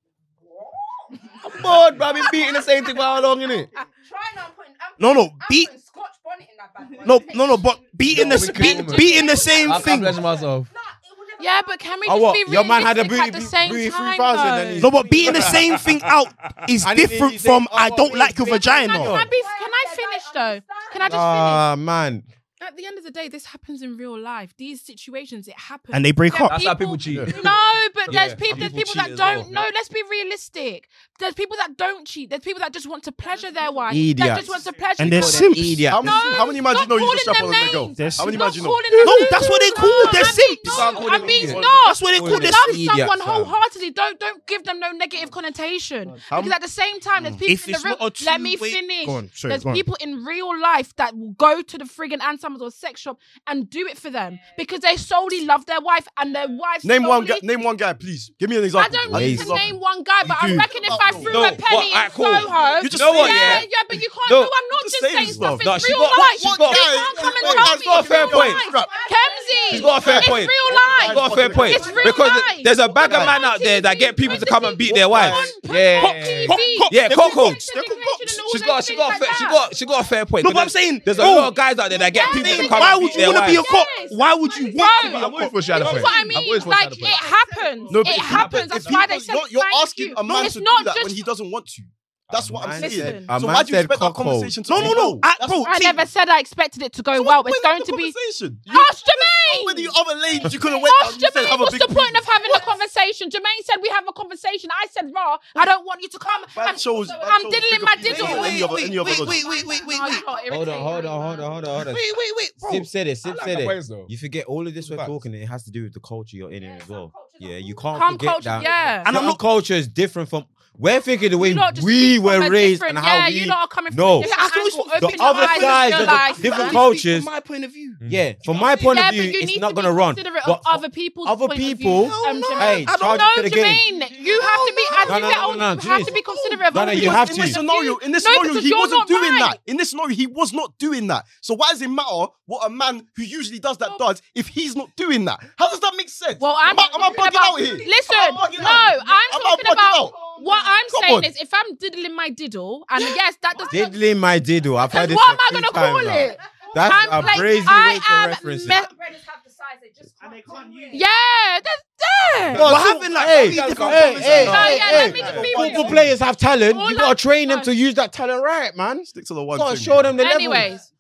S8: I'm bored, bro. I've been beating the same thing for how long, innit?
S10: Try now. I'm putting. I'm
S4: No, no,
S10: putting- I'm
S4: beat-
S10: putting Scotch bonnet in that bad boy.
S4: No, no, no. But beating
S8: No, we
S4: the beat,
S8: can't.
S4: beating the same
S8: I'm, I'm
S4: thing.
S8: blessing myself.
S10: Nah, it would never
S7: Yeah,
S10: happen.
S7: but can we
S8: Oh,
S7: just
S8: what?
S7: be realistic
S8: Your man had a
S7: at
S8: booty-
S7: the same
S8: booty
S7: time,
S8: 3,000 and
S7: though?
S8: he's-
S4: No, but beating the same thing out is
S8: And he-
S4: different
S8: he said,
S4: from
S8: "Oh,
S4: I don't
S8: please,
S4: like your
S8: please,
S4: vagina.
S7: Can I be? Can I finish though? Can I just finish?
S8: Ah, man.
S7: At the end of the day, this happens in real life. These situations, it happens.
S4: And they break
S7: There are
S4: up.
S8: That's how people cheat.
S7: No, but
S5: Yeah,
S7: there's people. There's people
S5: people cheat
S7: that
S5: as
S7: don't.
S5: well.
S7: No, let's be realistic. There's people that don't cheat. There's people that just want to pleasure their wife. That
S8: Idiots.
S7: just want to pleasure.
S4: And
S7: their
S4: they're
S7: wife.
S4: simps.
S8: Idiot.
S1: how many,
S7: No,
S1: how many man do you
S7: stop
S1: know you
S7: calling
S1: just strap
S7: their
S1: on and let go?
S7: names.
S4: They're
S1: How many man
S7: Not
S1: do you know?
S7: calling them
S4: No,
S7: losers.
S4: that's what they call them. They're
S7: I mean,
S4: simps.
S7: no,
S5: call
S7: I
S5: them
S7: mean,
S5: idiots.
S7: no.
S4: That's what they call this.
S7: Love
S8: idiots,
S7: someone
S8: fam.
S7: wholeheartedly. Don't don't give them no negative connotation. because at the same time, there's people
S4: If
S7: in the
S4: it's
S7: real.
S4: not a
S7: Let me
S4: two-way-
S7: finish.
S4: Go on, sorry,
S7: there's
S4: go on.
S7: people in real life that will go to the friggin' Anselm's or sex shop and do it for them because they solely love their wife and their wife.
S1: Name one guy.
S7: solely-
S1: Name one guy, please. Give me an
S7: I
S1: example.
S7: don't
S1: Like,
S7: need
S8: Please.
S7: to
S1: example.
S7: name one guy, but I
S1: You do.
S7: reckon if I threw
S5: No,
S7: a
S5: what?
S7: penny in
S5: Alright, cool.
S7: Soho,
S1: You just
S5: know what,
S7: yeah,
S5: yeah?
S7: yeah, but you can't. No,
S5: No,
S7: I'm not
S1: just
S7: just
S1: saying
S7: saying
S1: stuff.
S7: stuff. It's
S5: No, she
S7: real
S5: got-
S7: life.
S5: she's
S7: You
S5: got-
S7: can't come and
S1: Wait,
S7: tell
S1: that's
S7: me.
S1: not a fair
S7: it's real
S1: point.
S7: life.
S1: Crap.
S7: Kemsy,
S5: She's got a fair point.
S7: It's real
S5: You
S7: life.
S5: got a fair point
S7: It's real
S5: because
S7: life.
S5: there's a bag of
S7: Look
S5: man
S7: at
S5: out there that get people to come and beat their wives.
S7: Put
S5: Yeah,
S7: them on TV.
S5: Cock- cock- yeah,
S7: Put
S5: cock
S7: them on
S5: hooks.
S7: the
S5: Cock
S7: television and all
S5: She's
S7: those
S5: got, she
S7: things
S5: got, a
S7: like
S5: fair, she
S7: that.
S5: got, she got a fair point.
S4: No, but I'm
S5: There's-
S4: saying,
S5: there's a
S4: bro,
S5: lot of guys out there that get
S7: Yeah,
S5: people to
S7: because
S5: come.
S4: why
S5: and
S4: would
S5: beat
S4: you
S5: their
S4: want to be a
S5: wives.
S4: cop?
S7: Yes.
S4: Why would you
S7: Bro,
S4: want to be a
S7: I've
S4: cop?
S7: This is what I mean. Like it happens.
S1: No, but
S7: it
S1: it's-
S7: happens.
S1: it's
S7: That's why they
S1: because
S7: said
S1: you're, you're
S7: thank
S1: asking
S7: you.
S1: a man
S7: it's
S1: to do
S7: not
S1: that
S7: just
S1: when he doesn't want to. That's what I'm
S8: man
S1: saying.
S7: said-
S8: a
S1: so
S8: man
S1: why do you
S8: said
S1: expect that
S8: cock hole.
S1: conversation to
S4: No, no, no.
S1: go?
S4: I, bro,
S7: I
S4: T,
S7: never said I expected it to go
S1: So
S7: well.
S1: what's
S7: It's
S1: the point
S7: going
S1: of
S7: to
S1: the
S7: be.
S1: conversation? You-
S7: Hush,
S1: So many
S7: Jermaine.
S1: other ladies you could have went down.
S7: Hush,
S1: You said
S7: Jermaine.
S1: have a
S7: What's
S1: big
S7: the point of having a conversation? Jermaine said we have a conversation. I said, "Raw, I don't want you to come."
S1: Bad
S7: and-
S1: shows- bad
S7: I'm
S1: shows
S7: diddling
S1: pick
S7: my
S1: up
S7: diddle.
S1: people. Any other- any other logic.
S4: wait, wait,
S7: Oh, you lot
S8: Hold on,
S7: irritate
S8: hold
S7: me,
S8: on, hold
S7: man.
S8: on, hold on, hold on.
S4: wait, wait, bro.
S8: Sip said it. Sip said it.
S6: though.
S8: You forget all of this we're
S6: Facts.
S8: talking. It has to do with the culture you're in it as well.
S10: cultures
S8: Yeah,
S10: are
S8: you can't
S7: Calm
S8: forget
S7: culture,
S8: that.
S7: yeah.
S8: And
S4: And I'm
S8: our
S4: not-
S8: culture is different from we're thinking the way
S7: You lot just
S8: we
S7: speak from
S8: were
S7: a
S8: raised
S7: different-
S8: and how
S7: yeah,
S8: we.
S7: you lot are coming from
S8: No.
S7: a different
S4: I can always-
S7: angle.
S8: the
S7: Open your
S8: other
S7: eyes and
S8: guys
S7: your
S8: are the
S7: life,
S8: different
S7: man.
S8: cultures.
S4: From my point of view.
S8: Mm. Yeah, from my point
S7: yeah,
S8: of view,
S7: but you
S8: it's
S7: need
S8: not
S7: to
S8: gonna
S7: be
S8: run.
S7: considerate
S8: But
S7: of other people's
S8: other
S7: point of view,
S8: people-
S7: um,
S4: No, no,
S7: Jermaine.
S8: Hey, charge
S7: no,
S8: it to the game.
S7: Jermaine, you have to be as
S8: No,
S7: you
S8: no,
S7: get
S8: no,
S7: older,
S8: no,
S7: you have to
S8: Jesus.
S7: be considerate of
S8: No, no,
S7: other
S8: you
S7: people's
S8: have
S1: in
S8: to.
S1: this
S7: point of
S1: scenario,
S7: view.
S1: in this
S7: No,
S1: scenario,
S7: because
S1: he
S7: you're
S1: wasn't
S7: not
S1: doing
S7: right.
S1: that. In this scenario, he was not doing that. So why does it matter what a man who usually does that does if he's not doing that? How does that make sense?
S7: Well, I'm
S1: am I, am I
S7: talking
S1: bugging
S7: about-
S1: out here?
S7: Listen,
S1: Am I bugging
S7: no,
S1: out?
S7: I'm
S1: Am I
S7: talking
S1: bugging
S7: about
S1: out?
S7: what I'm
S1: Come
S7: saying
S1: on.
S7: is if I'm diddling my diddle, and yes, that does not.
S8: Diddling my diddle. I've heard
S7: Because
S8: this.
S7: what
S8: a
S7: am I
S8: few
S7: gonna
S8: times
S7: call
S8: now.
S7: it?
S8: That's
S7: I'm
S8: a
S7: like,
S8: crazy
S7: I
S8: way to
S7: am
S8: reference
S7: me-
S8: it.
S10: Breaders have the size they just can't. And they can't
S7: Yeah, that's there.
S4: What happened in like
S2: Hey,
S4: only
S2: hey,
S4: different
S2: hey,
S4: comments.
S2: hey,
S7: No, yeah, let me
S2: hey.
S7: just be
S2: Football
S7: real.
S2: players have talent.
S7: All
S2: You gotta
S7: that-
S2: train them to use that talent right, man.
S1: Stick to the one
S2: Gotta
S1: thing.
S2: show them the level.
S7: Anyways,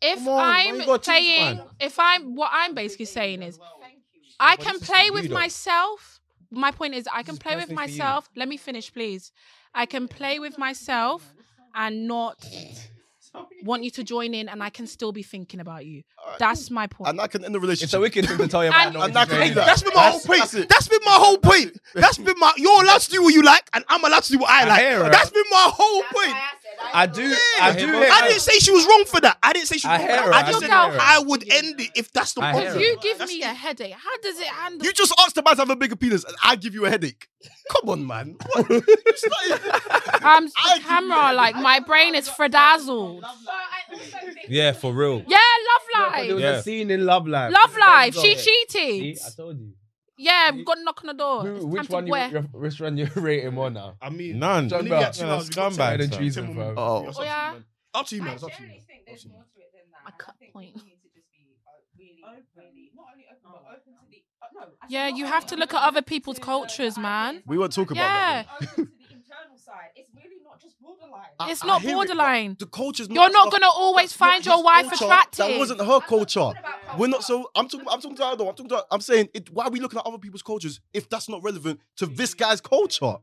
S7: if
S2: Come on, man, you
S7: I'm
S2: got teeth,
S7: saying,
S2: man.
S7: if I'm, what I'm basically saying is, I can play with myself. My point is, I can play with myself. Let me finish, please. I can play with myself and not want you to join in, and I can still be thinking about you. That's my point.
S1: And I can end the relationship.
S3: It's a wicked thing to tell your man.
S7: And-
S3: no,
S1: And I
S3: it's
S1: can
S3: really
S1: do that.
S3: not.
S4: That's been my whole point.
S1: That's it.
S4: that's been my whole point. That's been my. You're allowed to do what you like, and I'm allowed to do what I like.
S3: hear her.
S4: That's been my whole
S9: That's
S4: point.
S9: why I said
S3: I do. I
S4: I
S3: do.
S4: didn't
S3: hear her.
S4: say she was wrong for that. I didn't say she
S3: I
S4: was wrong.
S3: hear
S4: For
S3: her.
S4: that. I just
S7: I
S4: said
S7: hear her.
S4: I would end it if that's the
S3: I
S4: problem.
S7: If
S3: hear
S7: you
S3: her.
S7: give me a headache, how does it handle?
S1: You just asked the man to have a bigger penis, and I give you a headache. Come on, man. What? You started-
S7: I'm s-
S1: I give
S7: camera,
S1: you-
S7: like my brain is frazzled.
S9: But I also think
S5: Yeah, for real.
S7: Yeah, love
S3: But There
S7: life.
S3: was
S5: Yeah.
S3: a scene in Love Live.
S7: Love
S3: There you
S7: life.
S3: go.
S7: She
S3: See,
S7: cheated.
S3: I told you.
S7: Yeah, we got to knock on the door.
S3: Who,
S7: It's time
S3: which
S7: to
S3: one you,
S7: wear.
S3: your, which one you rating more now?
S4: I mean,
S6: None.
S3: John
S4: Only
S3: Bell.
S4: get two
S6: No,
S4: hours, we got
S6: scumbag,
S4: ten
S6: son.
S4: minutes,
S3: Ten more
S4: ten minutes.
S1: Oh.
S4: It's
S7: Oh,
S4: up to you,
S7: yeah?
S4: man. Up to you, man.
S9: I
S4: It's up to you.
S9: generally think there's more to it than that.
S7: I
S9: and
S7: cut
S9: I think
S7: point.
S9: we need to just be uh, really, really not only open, but open to the. Uh, no, I said
S7: Yeah,
S9: not
S7: you
S9: open,
S7: have to
S9: but
S7: look at
S9: open
S7: other
S9: to
S7: people's
S9: the
S7: cultures,
S9: ideas.
S7: man.
S1: We won't talk about
S7: Yeah.
S1: that.
S9: Open to the internal side. It's really not just borderline.
S1: I-
S7: It's
S1: I
S7: not
S1: hear it, but
S7: borderline.
S1: The culture's
S7: You're not
S1: stuff-
S7: gonna always
S1: that's not
S7: find your
S1: his
S7: wife
S1: culture.
S7: attractive.
S1: That wasn't her
S9: I'm not
S1: culture.
S9: talking about
S1: We're not
S9: culture.
S1: so. I'm talking. I'm talking to her though. I'm talking to. Her, I'm saying it. Why are we looking at other people's cultures if that's not relevant to this guy's culture?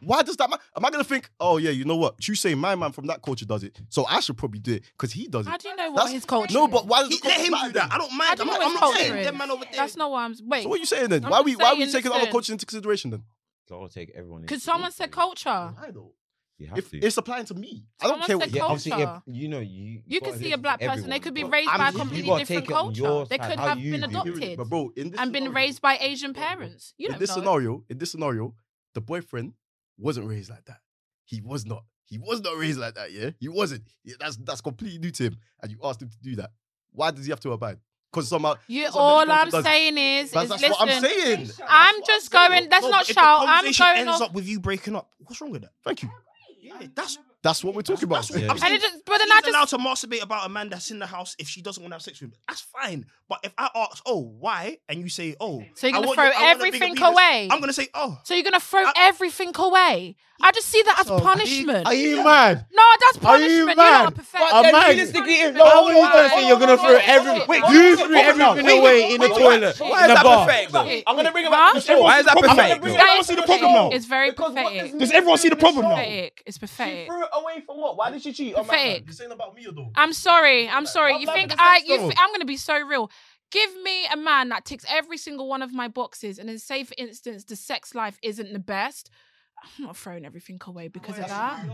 S1: Why does that matter? Am I gonna think? Oh yeah, you know what? You say my man from that culture does it, so I should probably do it because he does it.
S7: How do you know what
S1: That's-
S7: his culture?
S1: No,
S7: is?
S1: but why does
S4: He-
S1: the
S4: Let
S1: culture
S4: him
S1: matter
S4: do
S1: then?
S4: that. I don't
S7: How
S4: mind.
S7: do
S4: I'm
S7: you know
S4: not,
S7: what
S4: I'm
S7: his
S4: not
S7: culture
S4: saying
S7: is?
S4: them man over there.
S7: That's not what I'm. Wait,
S1: So what are you saying then?
S7: I'm
S1: why are
S7: just
S1: we? Why are we
S7: saying,
S1: taking other
S7: listen.
S1: cultures into consideration then?
S8: So I'll take everyone.
S7: because someone said culture.
S1: I don't.
S8: You have
S1: If
S8: to.
S1: it's applying to me, I don't care
S7: Someone said
S1: what.
S8: yeah, obviously, yeah,
S7: culture.
S8: you know, you.
S7: You
S8: gotta
S7: can see
S8: listen
S7: a black
S8: to
S7: person; they
S8: everyone,
S7: could be
S8: but
S7: raised
S8: I'm
S7: by a
S8: here- you
S7: completely
S8: gotta
S7: different
S8: take it on
S7: culture.
S8: your
S7: They
S8: side,
S7: could
S8: how
S7: have
S8: you
S7: been
S8: view it.
S7: adopted
S1: But bro, in this
S7: and been
S1: scenario-
S7: raised by Asian parents. You
S1: in
S7: don't
S1: this
S7: know.
S1: scenario, in this scenario, the boyfriend wasn't raised like that. He was not. He was not raised like that. Yeah, he wasn't. Yeah, that's that's completely new to him. And you asked him to do that. Why does he have to abide? Because somehow.
S7: You,
S1: because of
S7: all
S1: mental
S7: I'm
S1: does-
S7: saying is, is
S1: That's, that's what I'm
S7: listen.
S1: saying.
S7: I'm just going. Let's
S4: No,
S7: not
S4: but if
S7: shout.
S4: The
S7: I'm
S4: conversation
S7: going
S4: ends
S7: off.
S4: up with you breaking up. What's wrong with that?
S1: Thank you.
S4: Yeah, that's
S1: That's what we're talking about.
S4: that's what I'm
S7: And
S4: saying.
S7: it just, but then
S4: She's
S7: I just
S4: allowed to masturbate about a man that's in the house if she doesn't want to have sex with him. That's fine. But if I ask, oh, why? And you say, oh,
S7: So you're
S4: I
S7: gonna
S4: want
S7: throw
S4: you- I want a bigger
S7: everything
S4: penis,
S7: away?
S4: I'm gonna say, oh,
S7: So you're gonna throw
S4: I-
S7: everything away? I just see that as punishment.
S2: Are you mad?
S7: no, that's
S2: Are you
S7: punishment. You're not a
S2: mad?
S7: perfect.
S2: Am
S3: Then
S2: I-
S3: realistically, if
S7: No,
S2: How are you
S7: hold
S2: gonna
S7: on,
S2: say you're gonna
S7: hold
S2: throw
S7: on,
S2: every?
S7: hold on.
S2: You
S7: Hold
S2: threw
S7: on,
S2: everything
S7: wait,
S2: away in the
S7: wait,
S2: toilet.
S7: wait.
S2: In the bar.
S7: Wait,
S3: I'm gonna bring it back. to
S7: huh?
S3: the show.
S5: Why is that
S3: I'm gonna
S5: pathetic,
S3: bring it
S5: though?
S3: back
S7: That
S3: to
S7: is
S4: see the
S7: pathetic.
S4: problem now?
S7: It's very
S3: Because what
S7: pathetic.
S3: is-
S4: does everyone see the problem now?
S7: Pathetic. It's
S3: She
S7: pathetic.
S3: threw it away for what? Why did she cheat on my man?
S7: Pathetic.
S1: saying about me though.
S7: I'm sorry. I'm sorry.
S3: I'm
S7: You
S3: not
S7: think
S3: gonna
S7: I?
S3: say
S7: You?
S3: so.
S7: thi- I'm gonna be so real. Give me a man that ticks every single one of my boxes, and then say, for instance, the sex life isn't the best. I'm not throwing everything away because of that.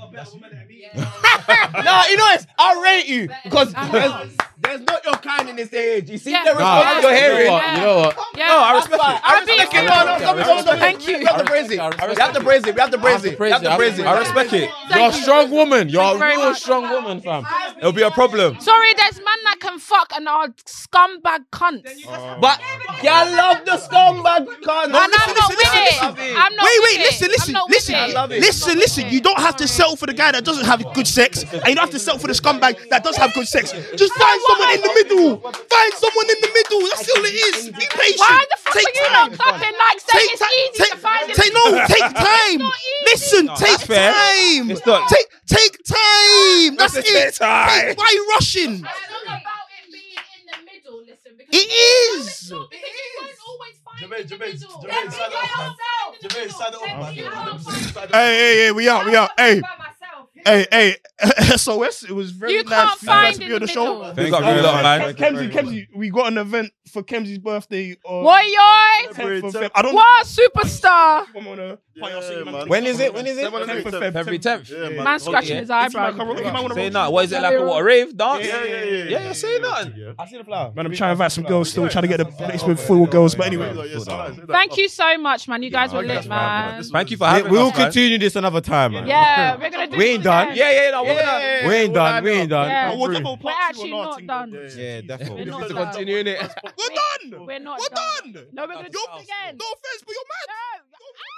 S3: Nah, you know it's. I rate you because
S7: I'm
S3: there's, there's not your kind in this age. You see
S7: Yeah.
S3: the
S7: Nah,
S3: response you're
S7: you know
S3: hearing.
S7: what, you know what? Yeah.
S3: No, I respect
S7: That's
S3: it.
S7: fine.
S3: I
S7: I'm being
S3: respect it.
S7: given-
S3: No, no, stop it, stop it, stop it.
S7: Thank you.
S3: We have to praise it. We have to praise it. We have to praise it. We have to praise it.
S6: I respect it.
S7: Thank
S2: You're a
S7: you.
S2: strong woman. You're
S7: Thank you
S2: a
S7: very
S2: real
S7: much.
S2: strong woman, fam.
S6: It'll be a problem.
S7: Sorry, there's man that can fuck and are scumbag cunts.
S3: But y'all love the scumbag con.
S7: and I'm not with it. I'm not with
S4: Wait,
S7: it.
S4: wait, listen, listen,
S7: I'm not with
S4: listen,
S7: it.
S3: love it.
S4: listen, listen. You don't have to settle for the guy that doesn't have good sex, and you don't have to settle for the scumbag that does have good sex. Just find someone in the middle. Find someone in the middle. That's all it is. Be patient.
S7: Why the fuck
S4: Take
S7: are you
S4: time.
S7: not clapping like saying
S4: Take
S7: it's
S4: time.
S7: easy to find
S4: Take,
S7: it?
S4: take no. Take time.
S7: easy.
S4: Listen. take
S5: that's fair.
S4: time.
S5: It's not-
S4: Take take time. That's it.
S5: take time.
S4: Take- why are you rushing?
S7: It's not about it being in the middle, listen. Because
S4: It is.
S7: No, because you don't always find
S1: Jermaine,
S7: it in the
S1: Jermaine,
S7: middle.
S1: Jermaine,
S7: Let me
S1: sign
S7: get
S1: it off,
S7: outside in the
S1: Jermaine,
S7: middle.
S1: sign it off,
S7: Let
S1: man.
S7: me outside.
S4: Hey, hey, hey, we out, we out. Hey,
S9: by myself.
S4: hey, hey. SOS, it was very
S7: You
S4: nice
S7: can't
S4: for you guys
S7: find
S4: to
S7: in
S4: be on
S7: the
S4: the show.
S7: middle.
S5: Big up, big up, man.
S4: Kemsy, Kemsy, we got an event for Kemsy's birthday. On
S7: What, yo?
S4: 10th of Feb. I don't
S7: What superstar?
S4: think I'm on a
S1: Yeah, man.
S6: When is it? When is it?
S4: Feb,
S1: February
S4: Feb,
S5: February
S4: Feb.
S5: 10th.
S1: Yeah, man.
S7: Man scratching his eyebrow.
S4: If you might come- if you might wanna
S5: Say
S4: roll-
S5: not. What is it like? A, what, a rave dance?
S1: Yeah, yeah, yeah.
S5: Yeah, yeah, say nothing.
S1: Yeah.
S3: I see the flower.
S4: Man, I'm trying to invite some girls still, trying to get the placement full of girls. But anyway,
S1: Yeah, say that, say that.
S7: Thank you so much, man. You guys were
S1: Okay,
S7: lit,
S1: that's fine, man.
S7: man.
S1: This
S5: Thank you for
S6: Yeah,
S5: having
S6: We'll
S5: us, man.
S6: continue this another time, man.
S7: Yeah, we're gonna do
S6: We
S7: this
S6: ain't done.
S7: again.
S5: Yeah, yeah, no, we're gonna-
S6: We ain't done. We ain't done.
S7: Yeah.
S4: Oh, we're double
S7: We're
S4: part two
S7: actually
S4: or
S7: not done.
S1: Yeah,
S6: Yeah,
S7: We're
S6: definitely.
S7: not
S3: Just
S7: done.
S3: continuing it.
S4: We're done.
S7: We're not
S4: We're
S7: done.
S4: done.
S7: No, we're gonna do
S4: You're-
S7: it again.
S4: No offense, but you're mad.
S7: No.